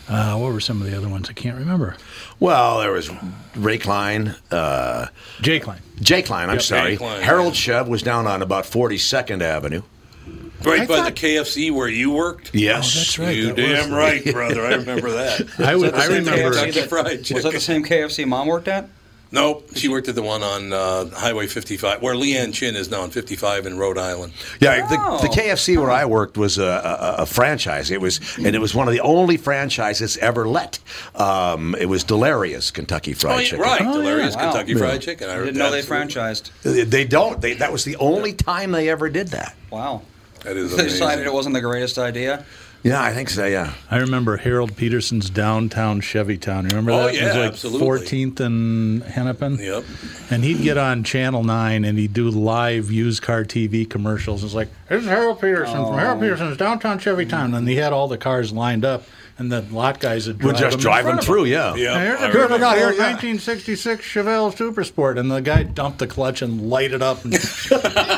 [SPEAKER 2] Uh, what were some of the other ones? I can't remember.
[SPEAKER 4] well, there was Ray Klein, uh,
[SPEAKER 2] Jake Line.
[SPEAKER 4] Jake Klein, I'm sorry.
[SPEAKER 1] Jake Line,
[SPEAKER 4] Harold
[SPEAKER 1] yeah.
[SPEAKER 4] Chev was down on about 42nd Avenue.
[SPEAKER 2] Oh,
[SPEAKER 1] Right by
[SPEAKER 2] thought-
[SPEAKER 1] the KFC where you worked.
[SPEAKER 4] Yes.
[SPEAKER 2] that's right.
[SPEAKER 1] you
[SPEAKER 2] that was-
[SPEAKER 1] damn right, brother. I remember that.
[SPEAKER 2] I, would,
[SPEAKER 3] the
[SPEAKER 2] I
[SPEAKER 3] same
[SPEAKER 2] remember.
[SPEAKER 3] KFC
[SPEAKER 1] Kentucky Fried
[SPEAKER 3] was that
[SPEAKER 1] Chicken.
[SPEAKER 3] the same KFC mom worked at?
[SPEAKER 1] Nope. She worked at the one on uh, Highway 55, where Leanne Chin is now on 55 in Rhode Island.
[SPEAKER 4] Yeah, the, the
[SPEAKER 3] Oh.
[SPEAKER 4] KFC where I worked was a, a, a franchise. It was, and it was one of the only franchises ever let. Um, it was Delirious Kentucky Fried
[SPEAKER 1] Oh, yeah,
[SPEAKER 4] Chicken.
[SPEAKER 1] right.
[SPEAKER 2] Oh,
[SPEAKER 1] Delirious
[SPEAKER 3] yeah. Wow.
[SPEAKER 1] Kentucky Fried Chicken.
[SPEAKER 3] I didn't know they
[SPEAKER 1] absolutely-
[SPEAKER 3] franchised.
[SPEAKER 4] They they don't. They, that was the only time they ever did that.
[SPEAKER 3] Wow.
[SPEAKER 1] That is
[SPEAKER 3] They decided
[SPEAKER 1] amazing.
[SPEAKER 3] it wasn't the greatest idea.
[SPEAKER 4] Yeah, I think so. Yeah,
[SPEAKER 2] I remember Harold Peterson's downtown Chevy Town. Remember
[SPEAKER 1] Oh,
[SPEAKER 2] that? it was
[SPEAKER 1] yeah,
[SPEAKER 2] like
[SPEAKER 1] absolutely.
[SPEAKER 2] 14th and Hennepin.
[SPEAKER 1] Yep.
[SPEAKER 2] And he'd get on Channel 9 and he'd do live used car TV commercials. It's like, this is Harold Peterson from
[SPEAKER 1] Oh.
[SPEAKER 2] Harold Peterson's downtown Chevy Town. And he had all the cars lined up, and the lot guys would drive
[SPEAKER 4] we're just
[SPEAKER 2] them
[SPEAKER 4] driving through. Yeah.
[SPEAKER 1] Yeah.
[SPEAKER 2] Here's
[SPEAKER 1] I
[SPEAKER 2] a car we
[SPEAKER 1] remember.
[SPEAKER 2] got here,
[SPEAKER 4] Oh, yeah.
[SPEAKER 2] 1966 Chevelle Super Sport, and the guy dumped the clutch and lighted up.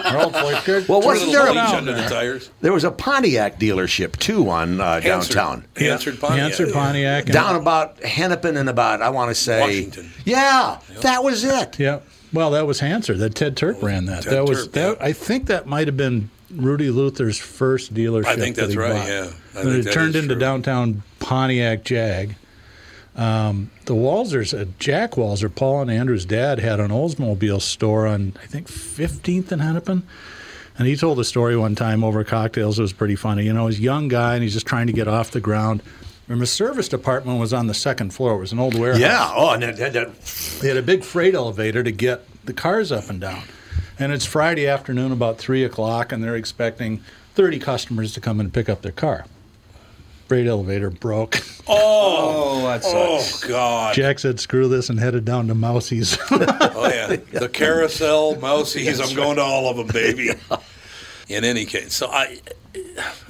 [SPEAKER 2] And Harold like, "Good
[SPEAKER 4] Well,
[SPEAKER 2] turn
[SPEAKER 4] wasn't
[SPEAKER 2] it
[SPEAKER 4] there a-
[SPEAKER 1] Little bleach
[SPEAKER 2] down
[SPEAKER 1] under the tires.
[SPEAKER 4] There was a Pontiac dealership too on uh,
[SPEAKER 1] Hansard.
[SPEAKER 4] downtown.
[SPEAKER 1] Hansard Pontiac.
[SPEAKER 2] Hansard Pontiac. and-
[SPEAKER 4] Down about Hennepin and about I want to say
[SPEAKER 1] Washington.
[SPEAKER 4] Yeah, that was it.
[SPEAKER 2] Yeah. Well, that was Hanser. That Ted Turp ran that.
[SPEAKER 1] Oh, Ted
[SPEAKER 2] that was
[SPEAKER 1] Turp,
[SPEAKER 2] that.
[SPEAKER 1] yeah.
[SPEAKER 2] I think that might have been Rudy Luther's first dealership.
[SPEAKER 1] I think
[SPEAKER 2] that
[SPEAKER 1] that's
[SPEAKER 2] he
[SPEAKER 1] right,
[SPEAKER 2] bought.
[SPEAKER 1] yeah. I
[SPEAKER 2] and
[SPEAKER 1] think
[SPEAKER 2] it
[SPEAKER 1] that
[SPEAKER 2] turned
[SPEAKER 1] is
[SPEAKER 2] into
[SPEAKER 1] true.
[SPEAKER 2] downtown Pontiac Jag. Um, the Walzers, uh, Jack Walzer, Paul and Andrew's dad had an Oldsmobile store on I think 15th and Hennepin. And he told a story one time over cocktails. It was pretty funny. You know, he's a young guy and he's just trying to get off the ground. And the service department was on the second floor. It was an old warehouse.
[SPEAKER 4] Yeah. Oh, and that, that, that-
[SPEAKER 2] They had a big freight elevator to get the cars up and down. And it's Friday afternoon, about three o'clock, and they're expecting 30 customers to come and pick up their car. Freight elevator broke.
[SPEAKER 3] Oh, that
[SPEAKER 1] Oh,
[SPEAKER 3] sucks.
[SPEAKER 1] God.
[SPEAKER 2] Jack said, screw this, and headed down to Mousie's.
[SPEAKER 1] Oh yeah, the carousel, mousies. I'm going to all of them, baby. In any case, so I,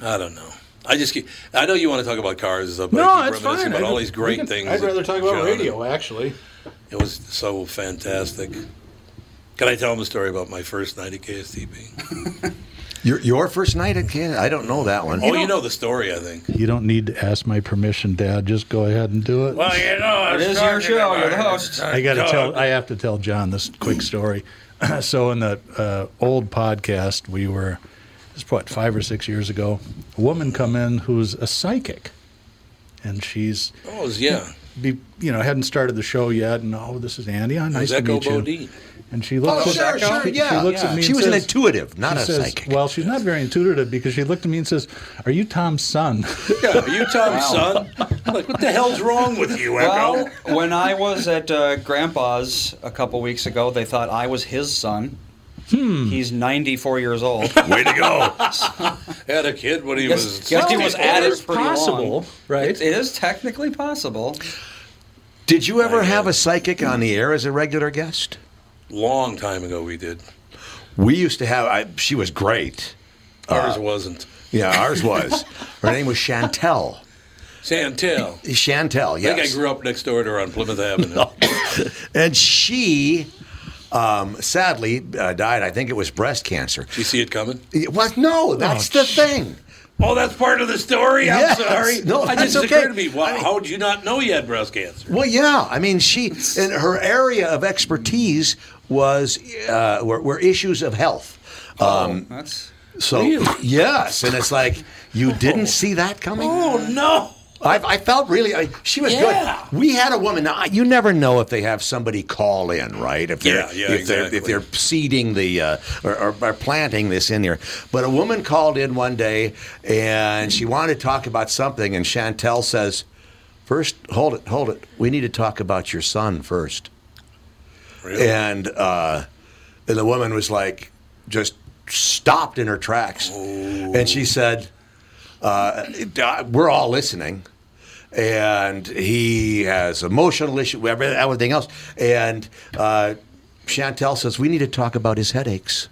[SPEAKER 1] I don't know. I just keep, I know you want to talk about cars, but I keep reminiscing about all these great things.
[SPEAKER 2] I'd
[SPEAKER 1] that
[SPEAKER 2] rather talk about
[SPEAKER 1] John-
[SPEAKER 2] radio, actually.
[SPEAKER 1] It was so fantastic. Can I tell him a story about my first night at KSTB?
[SPEAKER 4] your, your first night at Canada? I don't know that one.
[SPEAKER 1] Oh, you know the story, I think.
[SPEAKER 2] You don't need to ask my permission, Dad. Just go ahead and do it.
[SPEAKER 1] you know,
[SPEAKER 3] It is your show. You're the host.
[SPEAKER 2] I got to tell. I have to tell John this quick story. so in the uh, old podcast, we were it's what five or six years ago. A woman come in who's a psychic, and she's
[SPEAKER 1] Oh, yeah.
[SPEAKER 2] be, you know hadn't started the show yet, and oh, this is Andy. Oh, nice to
[SPEAKER 1] Zeko
[SPEAKER 2] meet you.
[SPEAKER 1] Bodine.
[SPEAKER 2] And she looks.
[SPEAKER 4] Oh,
[SPEAKER 2] at,
[SPEAKER 4] sure, sure,
[SPEAKER 2] she,
[SPEAKER 4] yeah.
[SPEAKER 2] she looks at
[SPEAKER 3] Yeah.
[SPEAKER 2] me.
[SPEAKER 4] She
[SPEAKER 2] and
[SPEAKER 4] was an
[SPEAKER 2] says-
[SPEAKER 4] intuitive,
[SPEAKER 2] she
[SPEAKER 4] not a
[SPEAKER 2] says,
[SPEAKER 4] psychic.
[SPEAKER 2] Well, she's not very intuitive because she looked at me and says, "Are you Tom's son?"
[SPEAKER 1] Yeah, are you Tom's son? I'm like, what the hell's wrong with you,
[SPEAKER 3] Well,
[SPEAKER 1] Echo?
[SPEAKER 3] when I was at uh, Grandpa's a couple weeks ago, they thought I was his son.
[SPEAKER 2] Hmm.
[SPEAKER 3] He's 94 years old.
[SPEAKER 1] Way to go! Had a kid when he was.
[SPEAKER 3] Guess, guess he was at
[SPEAKER 2] it's
[SPEAKER 3] it pretty
[SPEAKER 2] possible,
[SPEAKER 3] long.
[SPEAKER 2] right?
[SPEAKER 3] It- it is technically possible.
[SPEAKER 4] Did you ever have a psychic on the air as a regular guest?
[SPEAKER 1] Long time ago, we did.
[SPEAKER 4] We used to have. I, she was great.
[SPEAKER 1] Ours
[SPEAKER 4] Ah.
[SPEAKER 1] wasn't.
[SPEAKER 4] Yeah, ours was. Her name was Chantel.
[SPEAKER 1] Santel.
[SPEAKER 4] Chantel,
[SPEAKER 1] I think I
[SPEAKER 4] yes.
[SPEAKER 1] grew up next door to her on Plymouth Avenue.
[SPEAKER 4] And she, um, sadly, uh, died. I think it was breast cancer.
[SPEAKER 1] You see it coming?
[SPEAKER 4] It was no. That's the thing.
[SPEAKER 1] Oh, that's part of the story. I'm
[SPEAKER 4] Yes.
[SPEAKER 1] sorry.
[SPEAKER 4] No,
[SPEAKER 1] I
[SPEAKER 4] that's
[SPEAKER 1] just
[SPEAKER 4] okay.
[SPEAKER 1] occurred to me. Wow,
[SPEAKER 4] I mean-
[SPEAKER 1] how did you not know you had breast cancer?
[SPEAKER 4] Well, yeah. I mean, she and her area of
[SPEAKER 1] Oh.
[SPEAKER 4] expertise was uh, were, were issues of health. Um,
[SPEAKER 3] That's
[SPEAKER 4] So yes, and it's like you didn't see that coming.
[SPEAKER 1] Oh no!
[SPEAKER 4] I, I felt really. I, she was
[SPEAKER 1] Yeah.
[SPEAKER 4] good. We had a woman. Now, I- you never know if they have somebody call in, right? If they're
[SPEAKER 1] Yeah, yeah,
[SPEAKER 4] if they're if
[SPEAKER 1] exactly.
[SPEAKER 4] they're seeding the uh, or, or, or planting this in here. But a woman called in one day and she wanted to talk about something, and Chantel says, first, hold it, hold it. We need to talk about your son first."
[SPEAKER 1] Really?
[SPEAKER 4] And uh, and the woman was like, just stopped in her tracks,
[SPEAKER 1] Oh.
[SPEAKER 4] and she said, uh, uh, "We're all listening." and he has emotional issue, every- everything else. And uh, Chantel says we need to talk about his headaches.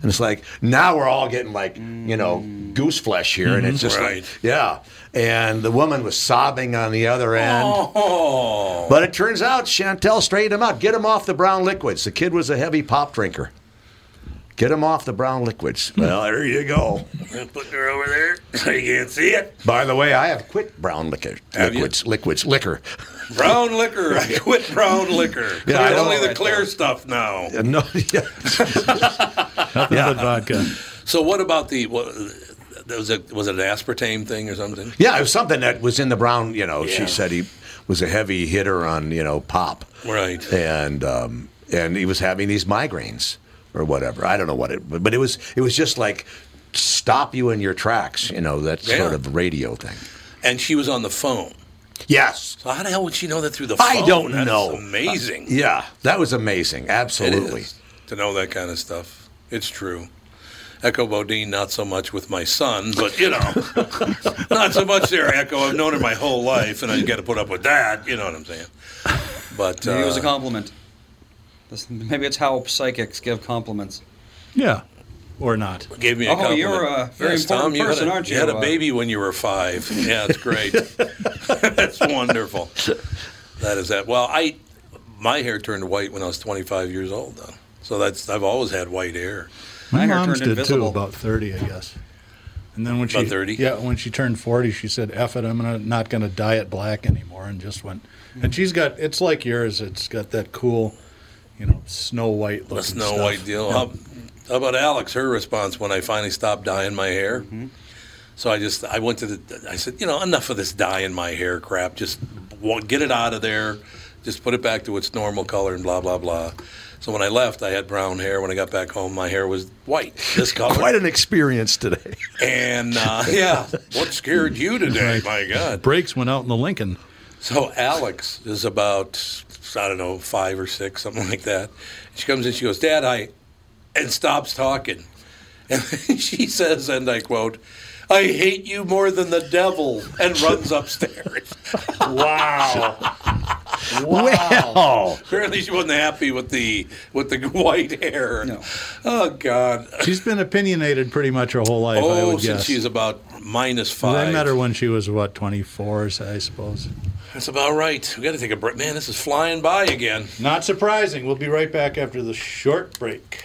[SPEAKER 4] And it's like now we're all getting like you know goose flesh here, and it's just
[SPEAKER 1] Right.
[SPEAKER 4] like yeah. And the woman was sobbing on the other end.
[SPEAKER 1] Oh.
[SPEAKER 4] But it turns out Chantel straightened him out. Get him off the brown liquids. The kid was a heavy pop drinker. Get him off the brown liquids. Well, there you go.
[SPEAKER 1] Putting her over there so you can't see it.
[SPEAKER 4] By the way, I have quit brown liquor,
[SPEAKER 1] Have you?
[SPEAKER 4] liquids, liquids, liquor.
[SPEAKER 1] Brown liquor. I quit brown liquor.
[SPEAKER 4] Yeah, I
[SPEAKER 1] It's
[SPEAKER 4] don't
[SPEAKER 1] only
[SPEAKER 4] know
[SPEAKER 1] the
[SPEAKER 4] that,
[SPEAKER 1] clear
[SPEAKER 4] though.
[SPEAKER 1] stuff now.
[SPEAKER 4] Uh, No, yeah.
[SPEAKER 2] Nothing but vodka.
[SPEAKER 1] So what about the what? there Was it was it an aspartame thing or something?
[SPEAKER 4] yeah, it was something that was in the brown. You know,
[SPEAKER 1] Yeah.
[SPEAKER 4] she said he was a heavy hitter on you know pop,
[SPEAKER 1] Right.
[SPEAKER 4] and um, and he was having these migraines or whatever. I don't know what it, but it was it was just like stop you in your tracks. You know that sort
[SPEAKER 1] Yeah.
[SPEAKER 4] of radio thing.
[SPEAKER 1] And she was on the phone.
[SPEAKER 4] Yes.
[SPEAKER 1] So how the hell would she know that through the phone?
[SPEAKER 4] I don't
[SPEAKER 1] That's
[SPEAKER 4] know.
[SPEAKER 1] Amazing.
[SPEAKER 4] Yeah, that was amazing.
[SPEAKER 1] It
[SPEAKER 4] Absolutely.
[SPEAKER 1] is, to know that kind of stuff. It's true. Echo Bodine, not so much with my son, but you know, not so much there, Echo. I've known her my whole life, and I got to put up with that. You know what I'm saying? But uh,
[SPEAKER 3] Maybe it was a compliment. This, maybe it's how psychics give compliments.
[SPEAKER 2] Yeah. Or not.
[SPEAKER 1] gave me a
[SPEAKER 3] Oh,
[SPEAKER 1] compliment.
[SPEAKER 3] you're a very
[SPEAKER 1] Yes,
[SPEAKER 3] important
[SPEAKER 1] Tom, you had
[SPEAKER 3] person,
[SPEAKER 1] a-
[SPEAKER 3] aren't
[SPEAKER 1] You had
[SPEAKER 3] you?
[SPEAKER 1] a
[SPEAKER 3] Uh,
[SPEAKER 1] baby when you were five. Yeah, it's great. That's wonderful. That is that. Well, I my hair turned white when I was 25 years old, though. So that's I've always had white hair.
[SPEAKER 3] My
[SPEAKER 2] My
[SPEAKER 3] hair
[SPEAKER 2] mom's
[SPEAKER 3] turned
[SPEAKER 2] did
[SPEAKER 3] invisible.
[SPEAKER 2] too, about 30, I guess. And then when she
[SPEAKER 1] About 30?
[SPEAKER 2] yeah, when she turned 40, she said, "F it, I'm gonna, not going to dye it black anymore," and just went.
[SPEAKER 1] Mm.
[SPEAKER 2] And she's got it's like yours. It's got that cool, you know, snow white look.
[SPEAKER 1] The Snow White deal. How, how about Alex? Her response when I finally stopped dyeing my hair. So I just I went to the I said you know enough of this dyeing my hair crap. Just wa- get it out of there. Just put it back to its normal color and blah blah blah. So when I left, I had brown hair. When I got back home, my hair was white, this color.
[SPEAKER 4] Quite an experience today.
[SPEAKER 1] and uh, yeah, what scared you today? My God.
[SPEAKER 2] Brakes went out in the Lincoln.
[SPEAKER 1] So Alex is about I don't know five or six, something like that. She comes in, she goes, "Dad, I," and stops talking. And she says, and I quote, "I hate you more than the devil," and runs upstairs.
[SPEAKER 4] Well,
[SPEAKER 1] Apparently, she wasn't happy with the with the white hair.
[SPEAKER 3] No.
[SPEAKER 1] Oh God.
[SPEAKER 2] She's been opinionated pretty much her whole life. I
[SPEAKER 1] oh,
[SPEAKER 2] would
[SPEAKER 1] since
[SPEAKER 2] guess.
[SPEAKER 1] she's about minus five.
[SPEAKER 2] I met her when she was what 24, so I suppose.
[SPEAKER 1] That's about right. We got to take a break. Man, this is flying by again.
[SPEAKER 2] Not surprising. We'll be right back after the short break.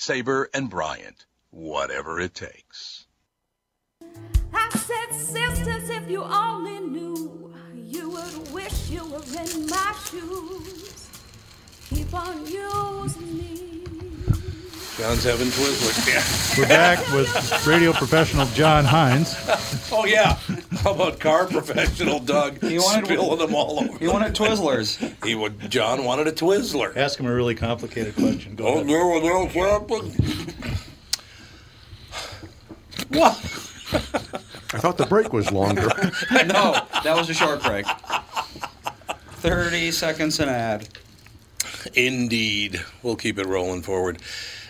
[SPEAKER 7] Saber and Bryant, whatever it takes.
[SPEAKER 8] I said, sisters, if you only knew, you would wish you were in my shoes. Keep on using me.
[SPEAKER 1] John's having Twizzlers. Yeah.
[SPEAKER 2] We're back with radio professional John Hines.
[SPEAKER 1] Oh yeah. How about car professional Doug
[SPEAKER 3] He wanted-
[SPEAKER 1] spilling them all over?
[SPEAKER 3] You wanted Twizzlers.
[SPEAKER 1] He would. John wanted a Twizzler.
[SPEAKER 2] Oh, Ask him a really complicated question. Go
[SPEAKER 1] Oh,
[SPEAKER 2] ahead.
[SPEAKER 1] no, no, no,
[SPEAKER 3] What?
[SPEAKER 4] I thought the break was longer.
[SPEAKER 3] no, that was a short break. 30 seconds an ad.
[SPEAKER 1] Indeed. We'll keep it rolling forward.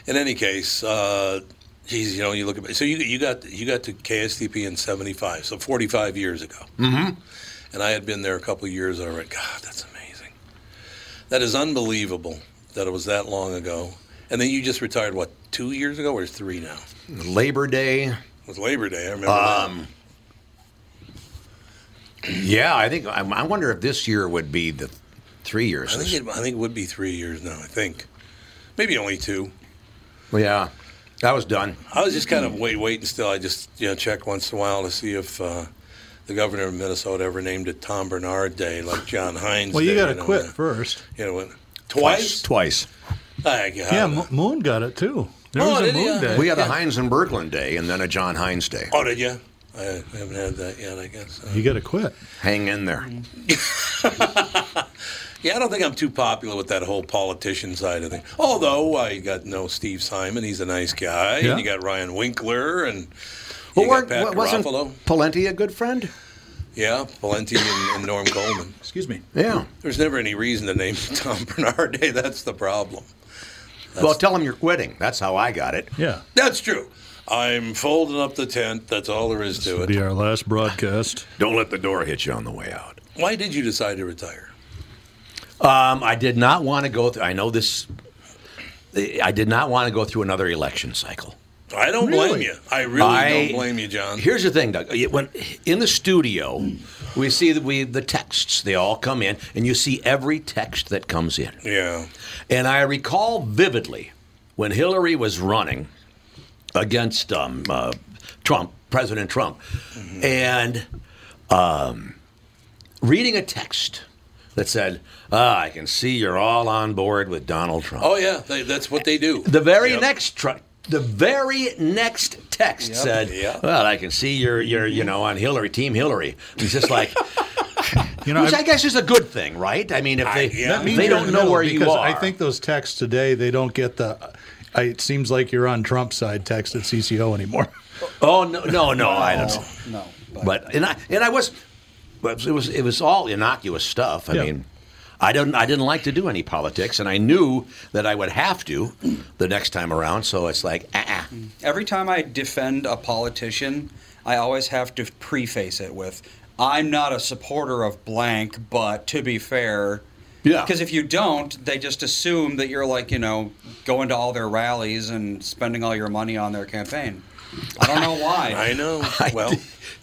[SPEAKER 1] In any case, uh, geez, you know, you look at so you you got you got to KSTP in '75, so 45 years ago,
[SPEAKER 4] Mm-hmm.
[SPEAKER 1] and I had been there a couple of years already. God, that's amazing. That is unbelievable that it was that long ago. And then you just retired what two years ago or three now?
[SPEAKER 4] Labor Day.
[SPEAKER 1] It was Labor Day. I remember.
[SPEAKER 4] Um, yeah, I think. I, I wonder if this year would be the three
[SPEAKER 1] that.
[SPEAKER 4] years.
[SPEAKER 1] I think it, I think it would be three years now. I think maybe only two.
[SPEAKER 4] yeah, that was done.
[SPEAKER 1] I was just kind of wait, waiting still. I just you know check once in a while to see if uh, the governor of Minnesota ever named it Tom Bernard Day, like John Hines.
[SPEAKER 2] Well, you
[SPEAKER 1] Day,
[SPEAKER 2] got to
[SPEAKER 1] know,
[SPEAKER 2] quit
[SPEAKER 1] uh,
[SPEAKER 2] first.
[SPEAKER 1] You know, what- twice.
[SPEAKER 4] Twice.
[SPEAKER 1] I,
[SPEAKER 2] Yeah, Mo- Moon got it too. There
[SPEAKER 1] Oh,
[SPEAKER 2] was a
[SPEAKER 1] did he?
[SPEAKER 2] Uh, Moon day.
[SPEAKER 4] We had a Heinz and Berkland Day, and then a John Heinz Day.
[SPEAKER 1] Oh, did you? I haven't had that yet. I guess.
[SPEAKER 2] You got to quit.
[SPEAKER 4] Hang in there.
[SPEAKER 1] Yeah, I don't think I'm too popular with that whole politician side of thing. Although I got no Steve Simon, he's a nice guy,
[SPEAKER 4] Yeah.
[SPEAKER 1] and you got Ryan Winkler, and
[SPEAKER 4] Well,
[SPEAKER 1] you
[SPEAKER 4] weren't-
[SPEAKER 1] got Pat
[SPEAKER 4] wa- wasn't
[SPEAKER 1] Garofalo.
[SPEAKER 4] Palenti a good friend?
[SPEAKER 1] Yeah, Valenti and, and Norm Coleman.
[SPEAKER 2] Excuse me.
[SPEAKER 4] Yeah.
[SPEAKER 1] There's never any reason to name Tom Bernard Day. That's the problem.
[SPEAKER 4] well, tell him you're quitting. That's how I got it.
[SPEAKER 2] Yeah.
[SPEAKER 1] That's true. I'm folding up the tent. That's all there is to it.
[SPEAKER 2] Be our last broadcast.
[SPEAKER 4] Don't let the door hit you on the way out.
[SPEAKER 1] Why did you decide to retire?
[SPEAKER 4] Um, I did not want to go. Th- I know this. I did not want to go through another election cycle.
[SPEAKER 1] I don't blame
[SPEAKER 4] Really?
[SPEAKER 1] you. I really
[SPEAKER 4] I-
[SPEAKER 1] don't blame you, John.
[SPEAKER 4] Here's the thing, Doug. It- When in the studio, we see the, we the texts. They all come in, and you see every text that comes in.
[SPEAKER 1] Yeah.
[SPEAKER 4] And I recall vividly when Hillary was running against um, uh, Trump, President Trump,
[SPEAKER 2] Mm-hmm.
[SPEAKER 4] and um, reading a text that said, ah, "I can see you're all on board with Donald Trump."
[SPEAKER 1] Oh yeah, they, that's what they do.
[SPEAKER 4] The very
[SPEAKER 1] Yep.
[SPEAKER 4] next tr- the very next text
[SPEAKER 1] Yep.
[SPEAKER 4] said,
[SPEAKER 1] Yep.
[SPEAKER 4] "Well, I can see you're you're you
[SPEAKER 2] Mm-hmm.
[SPEAKER 4] know on Hillary team Hillary." It's just like
[SPEAKER 2] You know,
[SPEAKER 4] which
[SPEAKER 2] I-
[SPEAKER 4] I guess is a good thing, right? I mean, if they
[SPEAKER 2] That means
[SPEAKER 4] they
[SPEAKER 2] you're in
[SPEAKER 4] don't
[SPEAKER 2] the
[SPEAKER 4] know
[SPEAKER 2] middle,
[SPEAKER 4] where you
[SPEAKER 2] because
[SPEAKER 4] are,
[SPEAKER 2] I think those texts today they don't get the. I, it seems like you're on Trump's side text at CCO anymore.
[SPEAKER 4] Oh no no no, I don't.
[SPEAKER 3] No, no.
[SPEAKER 4] But and I and I was, but it was it was all innocuous stuff. I
[SPEAKER 2] Yeah.
[SPEAKER 4] mean, I don't I didn't like to do any politics, and I knew that I would have to the next time around. So it's like, ah, uh
[SPEAKER 1] Mm.
[SPEAKER 3] Every time I defend a politician, I always have to preface it with, I'm not a supporter of blank, but to be fair.
[SPEAKER 4] Yeah.
[SPEAKER 3] Because if you don't, they just assume that you're like, you know, going to all their rallies and spending all your money on their campaign. I don't know why.
[SPEAKER 1] I know. Well,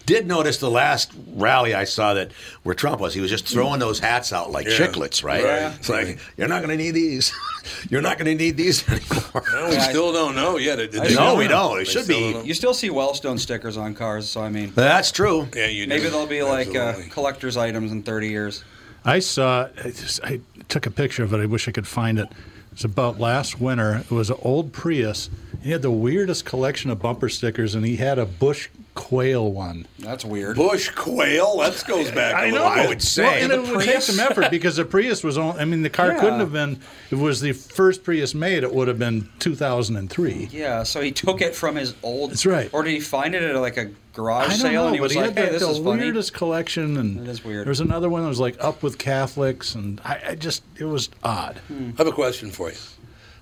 [SPEAKER 4] did notice the last rally I saw that where Trump was, he was just throwing those hats out like
[SPEAKER 1] Mm. Yeah.
[SPEAKER 4] chiclets, right?
[SPEAKER 1] Right.
[SPEAKER 4] It's like you're not going to need these. you're not going to need these anymore.
[SPEAKER 1] no, we
[SPEAKER 3] Yeah, I-
[SPEAKER 1] still don't know yet. Did
[SPEAKER 3] I
[SPEAKER 1] they-
[SPEAKER 4] No, we don't. It
[SPEAKER 1] They
[SPEAKER 4] should
[SPEAKER 1] still
[SPEAKER 4] be-
[SPEAKER 1] don't know.
[SPEAKER 3] You still see Wellstone stickers on cars, so I mean,
[SPEAKER 4] That's true.
[SPEAKER 1] Yeah, you do.
[SPEAKER 3] maybe they'll be like uh,
[SPEAKER 1] Absolutely.
[SPEAKER 3] collector's items in 30 years.
[SPEAKER 2] I saw. I, just, I took a picture of it. I wish I could find it. It's about last winter. It was an old Prius. He had the weirdest collection of bumper stickers, and he had a bush quail one.
[SPEAKER 3] That's weird.
[SPEAKER 1] Bush quail. That goes back. a little bit.
[SPEAKER 4] I would say.
[SPEAKER 2] Well, and it would take some effort because the Prius was on. I mean, the car
[SPEAKER 3] Yeah.
[SPEAKER 2] couldn't have been. If it was the first Prius made, it would have been 2003.
[SPEAKER 3] Yeah, so he took it from his old.
[SPEAKER 2] That's right.
[SPEAKER 3] Or did he find it at like a garage
[SPEAKER 2] I don't
[SPEAKER 3] sale
[SPEAKER 2] know,
[SPEAKER 3] and he
[SPEAKER 2] but
[SPEAKER 3] was
[SPEAKER 2] he
[SPEAKER 3] like,
[SPEAKER 2] had
[SPEAKER 3] "Hey,
[SPEAKER 2] that-
[SPEAKER 3] this
[SPEAKER 2] the
[SPEAKER 3] is funny."
[SPEAKER 2] weirdest collection, and
[SPEAKER 3] It is weird.
[SPEAKER 2] there was another one that was like up with Catholics, and I, I just it was odd.
[SPEAKER 3] Hmm.
[SPEAKER 1] I have a question for you,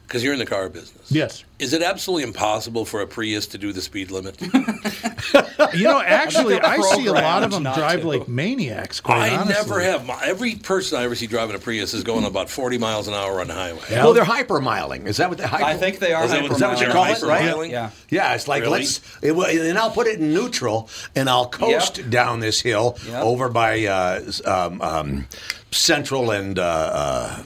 [SPEAKER 1] because you're in the car business.
[SPEAKER 2] Yes,
[SPEAKER 1] Is it absolutely impossible for a Prius to do the speed limit?
[SPEAKER 2] you know, actually,
[SPEAKER 3] they're
[SPEAKER 2] I see a lot
[SPEAKER 3] programmed
[SPEAKER 2] of them
[SPEAKER 3] not
[SPEAKER 2] drive
[SPEAKER 3] to.
[SPEAKER 2] like maniacs. Quite
[SPEAKER 1] I
[SPEAKER 2] honestly.
[SPEAKER 1] never have. My, every person I ever see driving a Prius is going about 40 miles an hour on the highway.
[SPEAKER 2] Yeah.
[SPEAKER 4] well, they're hypermiling. Is that what they? Hyper-
[SPEAKER 3] I think they are.
[SPEAKER 1] Is that what-
[SPEAKER 4] Is that what you
[SPEAKER 3] hypermiling.
[SPEAKER 4] call it? Right?
[SPEAKER 1] Hypermiling?
[SPEAKER 3] Yeah.
[SPEAKER 4] Yeah, it's like
[SPEAKER 1] Really?
[SPEAKER 4] let's it, will- and I'll put it in neutral and I'll coast
[SPEAKER 3] Yep.
[SPEAKER 4] down this hill
[SPEAKER 3] Yep.
[SPEAKER 4] over by uh, s- um, um, Central and uh, uh,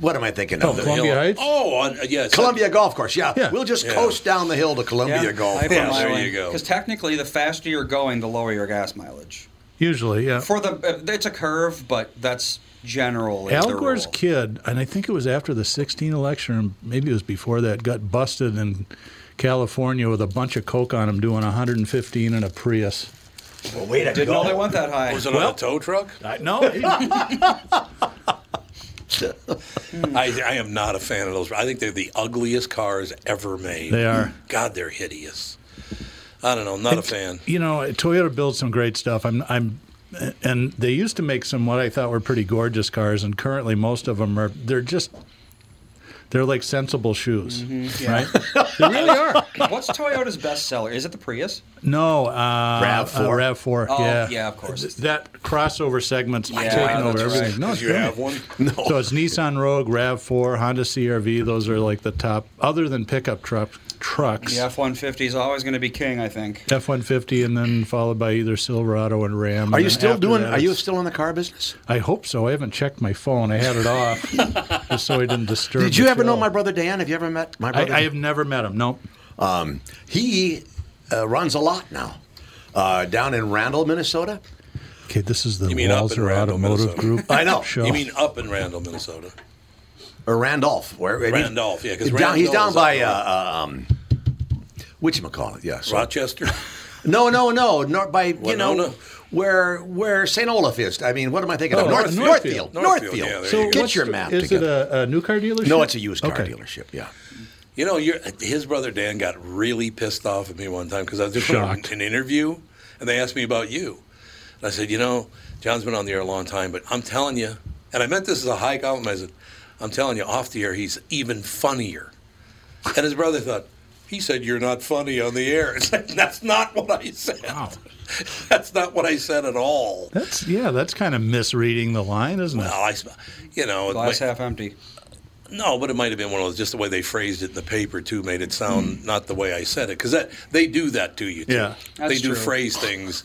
[SPEAKER 4] what am I thinking
[SPEAKER 2] Oh,
[SPEAKER 4] of? The
[SPEAKER 2] Columbia
[SPEAKER 4] hill-
[SPEAKER 2] Heights?
[SPEAKER 1] Oh, on, yes.
[SPEAKER 4] Columbia Golf Course. Yeah,
[SPEAKER 2] Yeah.
[SPEAKER 4] we'll just
[SPEAKER 1] Yeah.
[SPEAKER 4] coast down the hill to Columbia Golf. Course.
[SPEAKER 1] Yeah, there you go.
[SPEAKER 3] Because technically, the faster you're going, the lower your gas mileage.
[SPEAKER 2] Usually, yeah.
[SPEAKER 3] For the uh, it's a curve, but that's generally the
[SPEAKER 2] Algore's
[SPEAKER 3] rule.
[SPEAKER 2] kid, and I think it was after the 16 election, or maybe it was before that, got busted in California with a bunch of coke on him doing 115 in a Prius.
[SPEAKER 4] Well, way to
[SPEAKER 3] Didn't
[SPEAKER 4] go.
[SPEAKER 3] know they went that high.
[SPEAKER 1] Was it on a tow truck?
[SPEAKER 2] I, no,
[SPEAKER 1] I, I am not a fan of those. I think they're the ugliest cars ever made.
[SPEAKER 2] They are.
[SPEAKER 1] God, they're hideous. I don't know. Not a fan.
[SPEAKER 2] You know, Toyota builds some great stuff. I'm, I'm, and they used to make some what I thought were pretty gorgeous cars, and currently most of them are they're just they're like sensible shoes,
[SPEAKER 3] Mm-hmm,
[SPEAKER 2] right?
[SPEAKER 3] they really are. What's Toyota's best seller? Is it the Prius?
[SPEAKER 2] No, uh,
[SPEAKER 3] RAV4.
[SPEAKER 2] uh, Rav4.
[SPEAKER 3] Oh,
[SPEAKER 2] yeah,
[SPEAKER 3] yeah, of course.
[SPEAKER 2] Th- That crossover segment's
[SPEAKER 3] Yeah,
[SPEAKER 2] taking over
[SPEAKER 3] that's right.
[SPEAKER 2] everything. No,
[SPEAKER 3] Did
[SPEAKER 2] it's
[SPEAKER 3] you
[SPEAKER 2] great.
[SPEAKER 3] have one?
[SPEAKER 2] No. So it's Nissan Rogue, Rav4, Honda CRV. Those are like the top, other than pickup truck trucks.
[SPEAKER 3] The F one fifty is always going to be king, I think.
[SPEAKER 2] F one fifty, and then followed by either Silverado and Ram. and
[SPEAKER 4] Are you
[SPEAKER 2] then
[SPEAKER 4] still
[SPEAKER 2] after
[SPEAKER 4] doing?
[SPEAKER 2] that
[SPEAKER 4] Are you
[SPEAKER 2] it's-
[SPEAKER 4] still in the car business?
[SPEAKER 2] I hope so. I haven't checked my phone. I had it off just so I didn't disturb.
[SPEAKER 4] Did you
[SPEAKER 2] the
[SPEAKER 4] ever know
[SPEAKER 2] show.
[SPEAKER 4] my brother Dan? Have you ever met my
[SPEAKER 2] I,
[SPEAKER 4] brother?
[SPEAKER 2] I have never met him. No.
[SPEAKER 4] Um, he uh, runs a lot now uh, down in Randall, Minnesota.
[SPEAKER 2] Okay, this is the
[SPEAKER 4] You mean up
[SPEAKER 2] Walzer
[SPEAKER 4] in Randall,
[SPEAKER 2] Automotive
[SPEAKER 4] Minnesota.
[SPEAKER 2] Group.
[SPEAKER 4] I know.
[SPEAKER 2] Show.
[SPEAKER 1] You mean up in Randall, Minnesota?
[SPEAKER 4] Or Randolph, where I mean-
[SPEAKER 1] Randolph, yeah, 'cause
[SPEAKER 4] down, he's
[SPEAKER 1] Randall's
[SPEAKER 4] down by uh,
[SPEAKER 1] up
[SPEAKER 4] uh, um, which call it? Yeah, so-
[SPEAKER 1] Rochester.
[SPEAKER 4] No, no, no, nor by you
[SPEAKER 1] Winona?
[SPEAKER 4] know where where St. Olaf is. I mean, what am I thinking
[SPEAKER 2] Oh,
[SPEAKER 4] of? North,
[SPEAKER 2] Northfield.
[SPEAKER 4] Northfield, Northfield.
[SPEAKER 1] Northfield, yeah, there
[SPEAKER 2] So
[SPEAKER 4] Get
[SPEAKER 2] what's
[SPEAKER 4] your
[SPEAKER 2] the-
[SPEAKER 4] map
[SPEAKER 2] Is
[SPEAKER 4] together.
[SPEAKER 2] it a, a new car dealership?
[SPEAKER 4] no, it's a used car
[SPEAKER 2] Okay.
[SPEAKER 4] dealership. Yeah.
[SPEAKER 1] You know, you his brother Dan got really pissed off at me one time because I was doing
[SPEAKER 2] Shocked.
[SPEAKER 1] an interview, and they asked me about you. And I said, you know, John's been on the air a long time, but I'm telling you, and I meant this as a high compliment. I said, I'm telling you, off the air, he's even funnier. And his brother thought, he said you're not funny on the air. It's like, that's not what I said. That's not what I said at all.
[SPEAKER 2] That's yeah. That's kind of misreading the line, isn't it?
[SPEAKER 1] No, I, sp- you know, it
[SPEAKER 3] Glass
[SPEAKER 1] might-
[SPEAKER 3] half empty.
[SPEAKER 1] no, but it might have been one of those. Just the way they phrased it in the paper too made it sound not the way I said it because that they do that to you. Too.
[SPEAKER 2] Hmm. Yeah.
[SPEAKER 1] they
[SPEAKER 3] That's
[SPEAKER 1] do
[SPEAKER 3] true.
[SPEAKER 1] phrase things.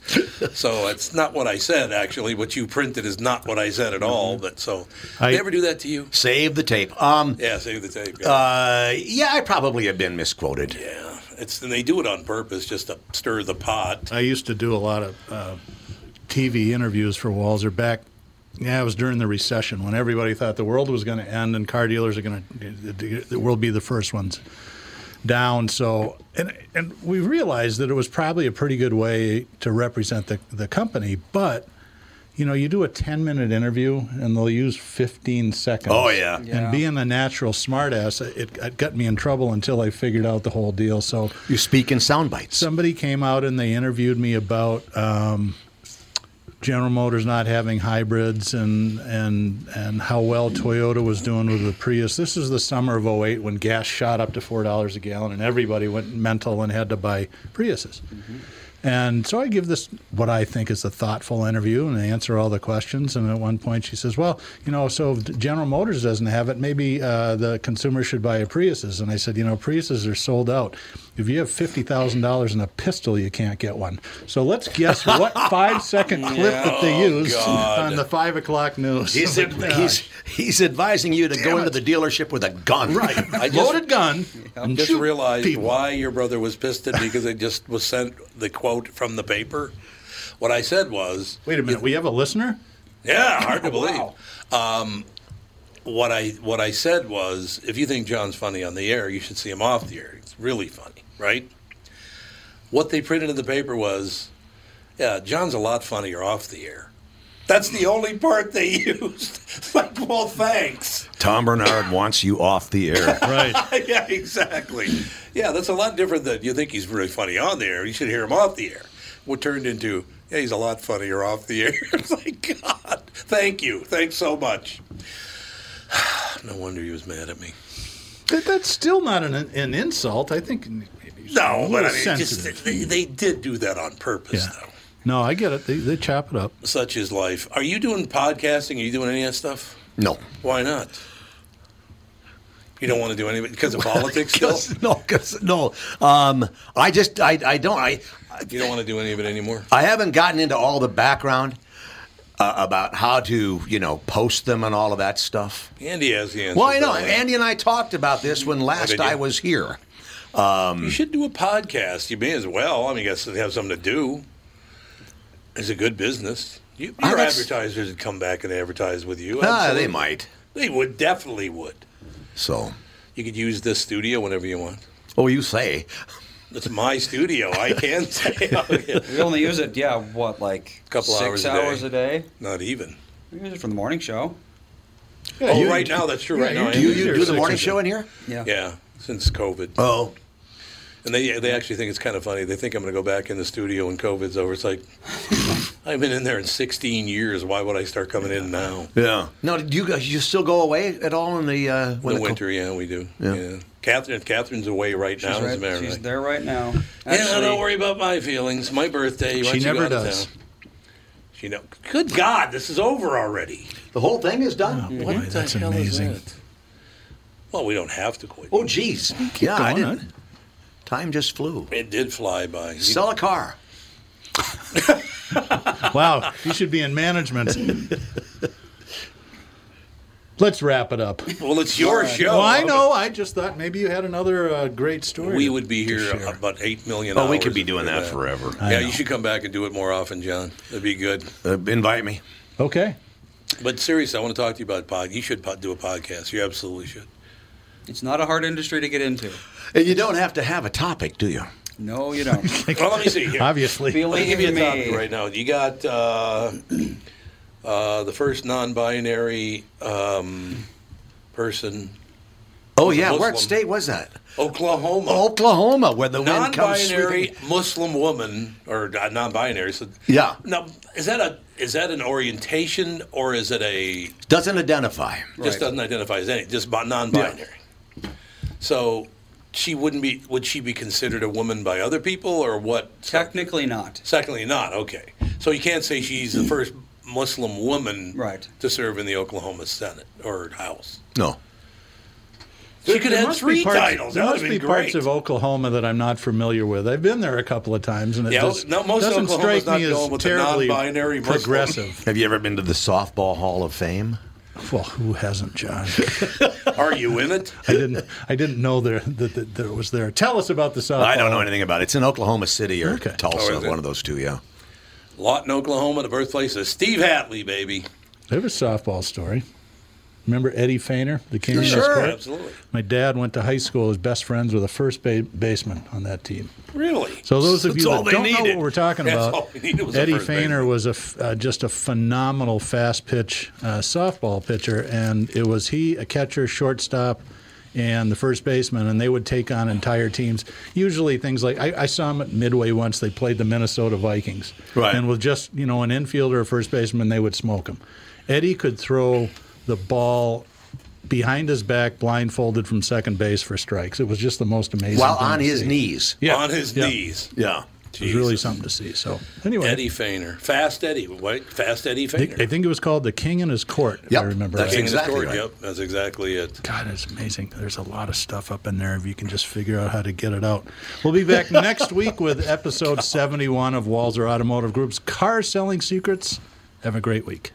[SPEAKER 1] so it's not what I said actually. What you printed is not what I said at all. But so
[SPEAKER 2] Mm-hmm. I-
[SPEAKER 1] they ever do that to you?
[SPEAKER 4] Save the tape. Um,
[SPEAKER 1] Yeah, save the tape. Yeah.
[SPEAKER 4] uh, yeah, I probably have been misquoted.
[SPEAKER 1] yeah, it's and they do it on purpose just to stir the pot.
[SPEAKER 2] I used to do a lot of uh, TV interviews for Walzer back. Yeah, it was during the recession when everybody thought the world was going to end and car dealers are going to the world be the first ones down. So and and we realized that it was probably a pretty good way to represent the the company, but. You know, you do a 10 minute interview and they'll use 15 seconds.
[SPEAKER 4] Oh, yeah.
[SPEAKER 2] And being a natural smartass, it, it got me in trouble until I figured out the whole deal. So
[SPEAKER 4] You speak in sound bites.
[SPEAKER 2] somebody came out and they interviewed me about um, General Motors not having hybrids and and and how well Toyota was doing with the Prius. This is the summer of 08 when gas shot up to four dollars a gallon and everybody went mental and had to buy Priuses. And so I give this what I think is a thoughtful interview and I answer all the questions. And at one point she says, Well, you know, so if General Motors doesn't have it, maybe uh, the consumer should buy a Priuses. And I said, You know, Priuses are sold out. If you have $50,000 in a pistol, you can't get one. So let's guess what five second clip that they used
[SPEAKER 1] Oh, God.
[SPEAKER 2] on the five o'clock news.
[SPEAKER 4] He's, he's, he's advising you to go into the dealership with a gun. Right.
[SPEAKER 1] I just-
[SPEAKER 2] Loaded gun.
[SPEAKER 1] I
[SPEAKER 2] and
[SPEAKER 1] just
[SPEAKER 2] shoot
[SPEAKER 1] realized
[SPEAKER 2] people.
[SPEAKER 1] why your brother was pissed at me because I just was sent the quote from the paper. What I said was,
[SPEAKER 2] Wait a minute. We have a listener?
[SPEAKER 1] Yeah, hard to believe. um, what I what I said was, if you think John's funny on the air, you should see him off the air. It's really funny, right? What they printed in the paper was, yeah, John's a lot funnier off the air. That's the only part they used. It's like, well, thanks.
[SPEAKER 4] Tom Bernard wants you off the air.
[SPEAKER 2] Right.
[SPEAKER 1] yeah, exactly. Yeah, that's a lot different than you think he's really funny on the air. You should hear him off the air. What turned into, yeah, he's a lot funnier off the air. it's like, God, thank you. Thanks so much. no wonder he was mad at me.
[SPEAKER 2] That, that's still not an, an insult. I think.
[SPEAKER 1] No, but I mean,
[SPEAKER 2] sensitive.
[SPEAKER 1] just, they, they did do that on purpose,
[SPEAKER 2] Yeah.
[SPEAKER 1] though.
[SPEAKER 2] No, I get it. They, they chop it up.
[SPEAKER 1] Such is life. Are you doing podcasting? Are you doing any of that stuff?
[SPEAKER 4] No.
[SPEAKER 1] Why not? You don't want to do any of it because of politics still?
[SPEAKER 4] 'Cause- no, 'cause- no. Um, I just, I, I don't, I,
[SPEAKER 1] You don't want to do any of it anymore?
[SPEAKER 4] I haven't gotten into all the background uh, about how to, you know, post them and all of that stuff.
[SPEAKER 1] Andy has the answer.
[SPEAKER 4] Well, I
[SPEAKER 1] for
[SPEAKER 4] know.
[SPEAKER 1] all that.
[SPEAKER 4] Andy and I talked about this when last
[SPEAKER 1] did you?
[SPEAKER 4] I was here.
[SPEAKER 1] You should do a podcast. You may as well. I mean, you guys have something to do. It's a good business. You,
[SPEAKER 4] Ah,
[SPEAKER 1] your
[SPEAKER 4] that's-
[SPEAKER 1] advertisers would come back and advertise with you.
[SPEAKER 4] Ah,
[SPEAKER 1] absolutely.
[SPEAKER 4] they might.
[SPEAKER 1] They would definitely would.
[SPEAKER 4] So,
[SPEAKER 1] You could use this studio whenever you want.
[SPEAKER 4] oh, you say.
[SPEAKER 1] It's my studio. I can say
[SPEAKER 3] We only use it, yeah, what like
[SPEAKER 1] Couple hours
[SPEAKER 3] six
[SPEAKER 1] a day.
[SPEAKER 3] hours a day.
[SPEAKER 1] not even.
[SPEAKER 3] We use it for the morning show.
[SPEAKER 1] oh, right now that's true. right
[SPEAKER 2] yeah,
[SPEAKER 1] now,
[SPEAKER 2] you
[SPEAKER 1] I
[SPEAKER 4] Do
[SPEAKER 1] am
[SPEAKER 4] you
[SPEAKER 1] here.
[SPEAKER 4] do the
[SPEAKER 2] six
[SPEAKER 4] morning
[SPEAKER 2] of
[SPEAKER 4] show in here?
[SPEAKER 3] Yeah.
[SPEAKER 1] Yeah, since COVID.
[SPEAKER 4] Oh,
[SPEAKER 1] And they they actually think it's kind of funny. They think I'm going to go back in the studio when COVID's over. It's like I've been in there in 16 years. Why would I start coming in now?
[SPEAKER 4] Yeah. No, do you guys you still go away at all in the uh,
[SPEAKER 1] In
[SPEAKER 4] when
[SPEAKER 1] the
[SPEAKER 4] co-
[SPEAKER 1] winter, yeah, we do.
[SPEAKER 4] Yeah.
[SPEAKER 1] Yeah. Catherine, Catherine's away right now. as a matter of
[SPEAKER 3] she's
[SPEAKER 1] fact.
[SPEAKER 3] there right now.
[SPEAKER 1] yeah, don't worry about my feelings. My birthday. why
[SPEAKER 4] She
[SPEAKER 1] don't you go
[SPEAKER 4] never
[SPEAKER 1] out of
[SPEAKER 4] does.
[SPEAKER 1] town? She know. Good God, this is over already.
[SPEAKER 4] The whole thing is done.
[SPEAKER 1] what the hell is that? Well, we don't have to quit.
[SPEAKER 4] Oh, geez. yeah, I didn't. Time just flew.
[SPEAKER 1] It did fly by. You-
[SPEAKER 4] Sell a car.
[SPEAKER 2] wow, you should be in management. Let's wrap it up.
[SPEAKER 1] Well, it's your show.
[SPEAKER 2] Well, I know. I just thought maybe you had another uh, great story.
[SPEAKER 1] We
[SPEAKER 2] to-
[SPEAKER 1] would be
[SPEAKER 2] to
[SPEAKER 1] here
[SPEAKER 2] share.
[SPEAKER 1] about eight million.
[SPEAKER 4] Oh, we
[SPEAKER 1] hours
[SPEAKER 4] could be
[SPEAKER 1] if
[SPEAKER 4] doing
[SPEAKER 1] we
[SPEAKER 4] that
[SPEAKER 1] were
[SPEAKER 4] forever.
[SPEAKER 2] I
[SPEAKER 1] Yeah,
[SPEAKER 2] know.
[SPEAKER 1] you should come back and do it more often, John. That'd be good.
[SPEAKER 4] Uh, invite me.
[SPEAKER 2] Okay.
[SPEAKER 1] But seriously, I want to talk to you about pod. You should po- do a podcast. You absolutely should.
[SPEAKER 3] It's not a hard industry to get into.
[SPEAKER 4] And you don't have to have a topic, do you?
[SPEAKER 3] No, you don't.
[SPEAKER 1] Well, let me see here.
[SPEAKER 2] Obviously.
[SPEAKER 1] Let me
[SPEAKER 3] Believe
[SPEAKER 1] give you a topic
[SPEAKER 3] me.
[SPEAKER 1] right now. You got uh, uh, the first non-binary um, person,
[SPEAKER 4] Oh,
[SPEAKER 1] It's a
[SPEAKER 4] yeah. What
[SPEAKER 1] Muslim.
[SPEAKER 4] state was that?
[SPEAKER 1] Oklahoma.
[SPEAKER 4] Oklahoma, where the wind comes
[SPEAKER 1] non-binary
[SPEAKER 4] sweeping.
[SPEAKER 1] Muslim woman or uh, non-binary. So
[SPEAKER 4] Yeah.
[SPEAKER 1] Now, is that a is that an orientation or is it a
[SPEAKER 4] Doesn't identify.
[SPEAKER 1] just doesn't identify as any just bi- non-binary? So she wouldn't be would she be considered a woman by other people or what?
[SPEAKER 3] Technically not.
[SPEAKER 1] Secondly, not okay. So you can't say she's the first Muslim woman
[SPEAKER 3] Right.
[SPEAKER 1] to serve in the Oklahoma Senate or House.
[SPEAKER 4] No.
[SPEAKER 1] She could have
[SPEAKER 2] must be
[SPEAKER 1] three
[SPEAKER 2] parts-
[SPEAKER 1] titles.
[SPEAKER 2] There
[SPEAKER 1] That would
[SPEAKER 2] must
[SPEAKER 1] have
[SPEAKER 2] be
[SPEAKER 1] been
[SPEAKER 2] parts
[SPEAKER 1] great.
[SPEAKER 2] of Oklahoma that I'm not familiar with. I've been there a couple of times, and it
[SPEAKER 1] Yeah,
[SPEAKER 2] just
[SPEAKER 1] no, most of
[SPEAKER 2] doesn't
[SPEAKER 1] Oklahoma's
[SPEAKER 2] strike
[SPEAKER 1] not
[SPEAKER 2] me
[SPEAKER 1] going
[SPEAKER 2] as
[SPEAKER 1] with the
[SPEAKER 2] terribly
[SPEAKER 1] non-binary Muslim.
[SPEAKER 2] progressive.
[SPEAKER 4] Have you ever been to the Softball Hall of Fame?
[SPEAKER 2] Well, who hasn't, John?
[SPEAKER 1] Are you in it?
[SPEAKER 2] I didn't. I didn't know there that, that there was there. Tell us about the softball.
[SPEAKER 4] I don't know anything about it. It's in Oklahoma City or
[SPEAKER 2] Okay.
[SPEAKER 4] Tulsa,
[SPEAKER 1] Oh, is
[SPEAKER 4] one
[SPEAKER 1] it?
[SPEAKER 4] of those two, yeah.
[SPEAKER 1] Lawton, Oklahoma, the birthplace of Steve Hatley, baby.
[SPEAKER 2] They have a softball story. Remember Eddie Fainer, the king of the sport?
[SPEAKER 1] absolutely.
[SPEAKER 2] My dad went to high school as best friends with a first ba- baseman on that team.
[SPEAKER 1] Really?
[SPEAKER 2] So those of
[SPEAKER 4] That's
[SPEAKER 2] you
[SPEAKER 4] all
[SPEAKER 2] that
[SPEAKER 4] they
[SPEAKER 2] don't know
[SPEAKER 4] needed.
[SPEAKER 2] what we're talking
[SPEAKER 1] That's
[SPEAKER 2] about,
[SPEAKER 1] all we needed was a
[SPEAKER 2] Eddie
[SPEAKER 1] first
[SPEAKER 2] Fainer
[SPEAKER 1] baseman.
[SPEAKER 2] was a f- uh, just a phenomenal fast pitch uh, softball pitcher, and it was he, a catcher, shortstop, and the first baseman, and they would take on entire teams. Usually things like I, I saw him at Midway once. They played the Minnesota Vikings,
[SPEAKER 4] Right.
[SPEAKER 2] And with just you know an infielder or a first baseman, they would smoke him. Eddie could throw the ball. Behind his back, blindfolded from second base for strikes. It was just the most amazing.
[SPEAKER 4] While
[SPEAKER 2] thing
[SPEAKER 4] on
[SPEAKER 2] to
[SPEAKER 4] his
[SPEAKER 2] see.
[SPEAKER 4] knees.
[SPEAKER 2] Yeah.
[SPEAKER 1] On his
[SPEAKER 2] Yeah.
[SPEAKER 1] knees.
[SPEAKER 4] Yeah.
[SPEAKER 2] It was really something to see. So anyway,
[SPEAKER 1] Eddie Fainer. Fast Eddie. Wait, Fast Eddie
[SPEAKER 2] I
[SPEAKER 1] Fainer.
[SPEAKER 2] think- I think it was called the King and His Court. If
[SPEAKER 4] Yep,
[SPEAKER 2] I remember
[SPEAKER 4] that's
[SPEAKER 2] right.
[SPEAKER 1] King of the
[SPEAKER 4] exactly
[SPEAKER 1] Court,
[SPEAKER 4] right.
[SPEAKER 1] Yep, that's exactly it.
[SPEAKER 2] God, it's amazing. There's a lot of stuff up in there if you can just figure out how to get it out. We'll be back next week with episode 71 of Walzer Automotive Group's Car Selling Secrets. Have a great week.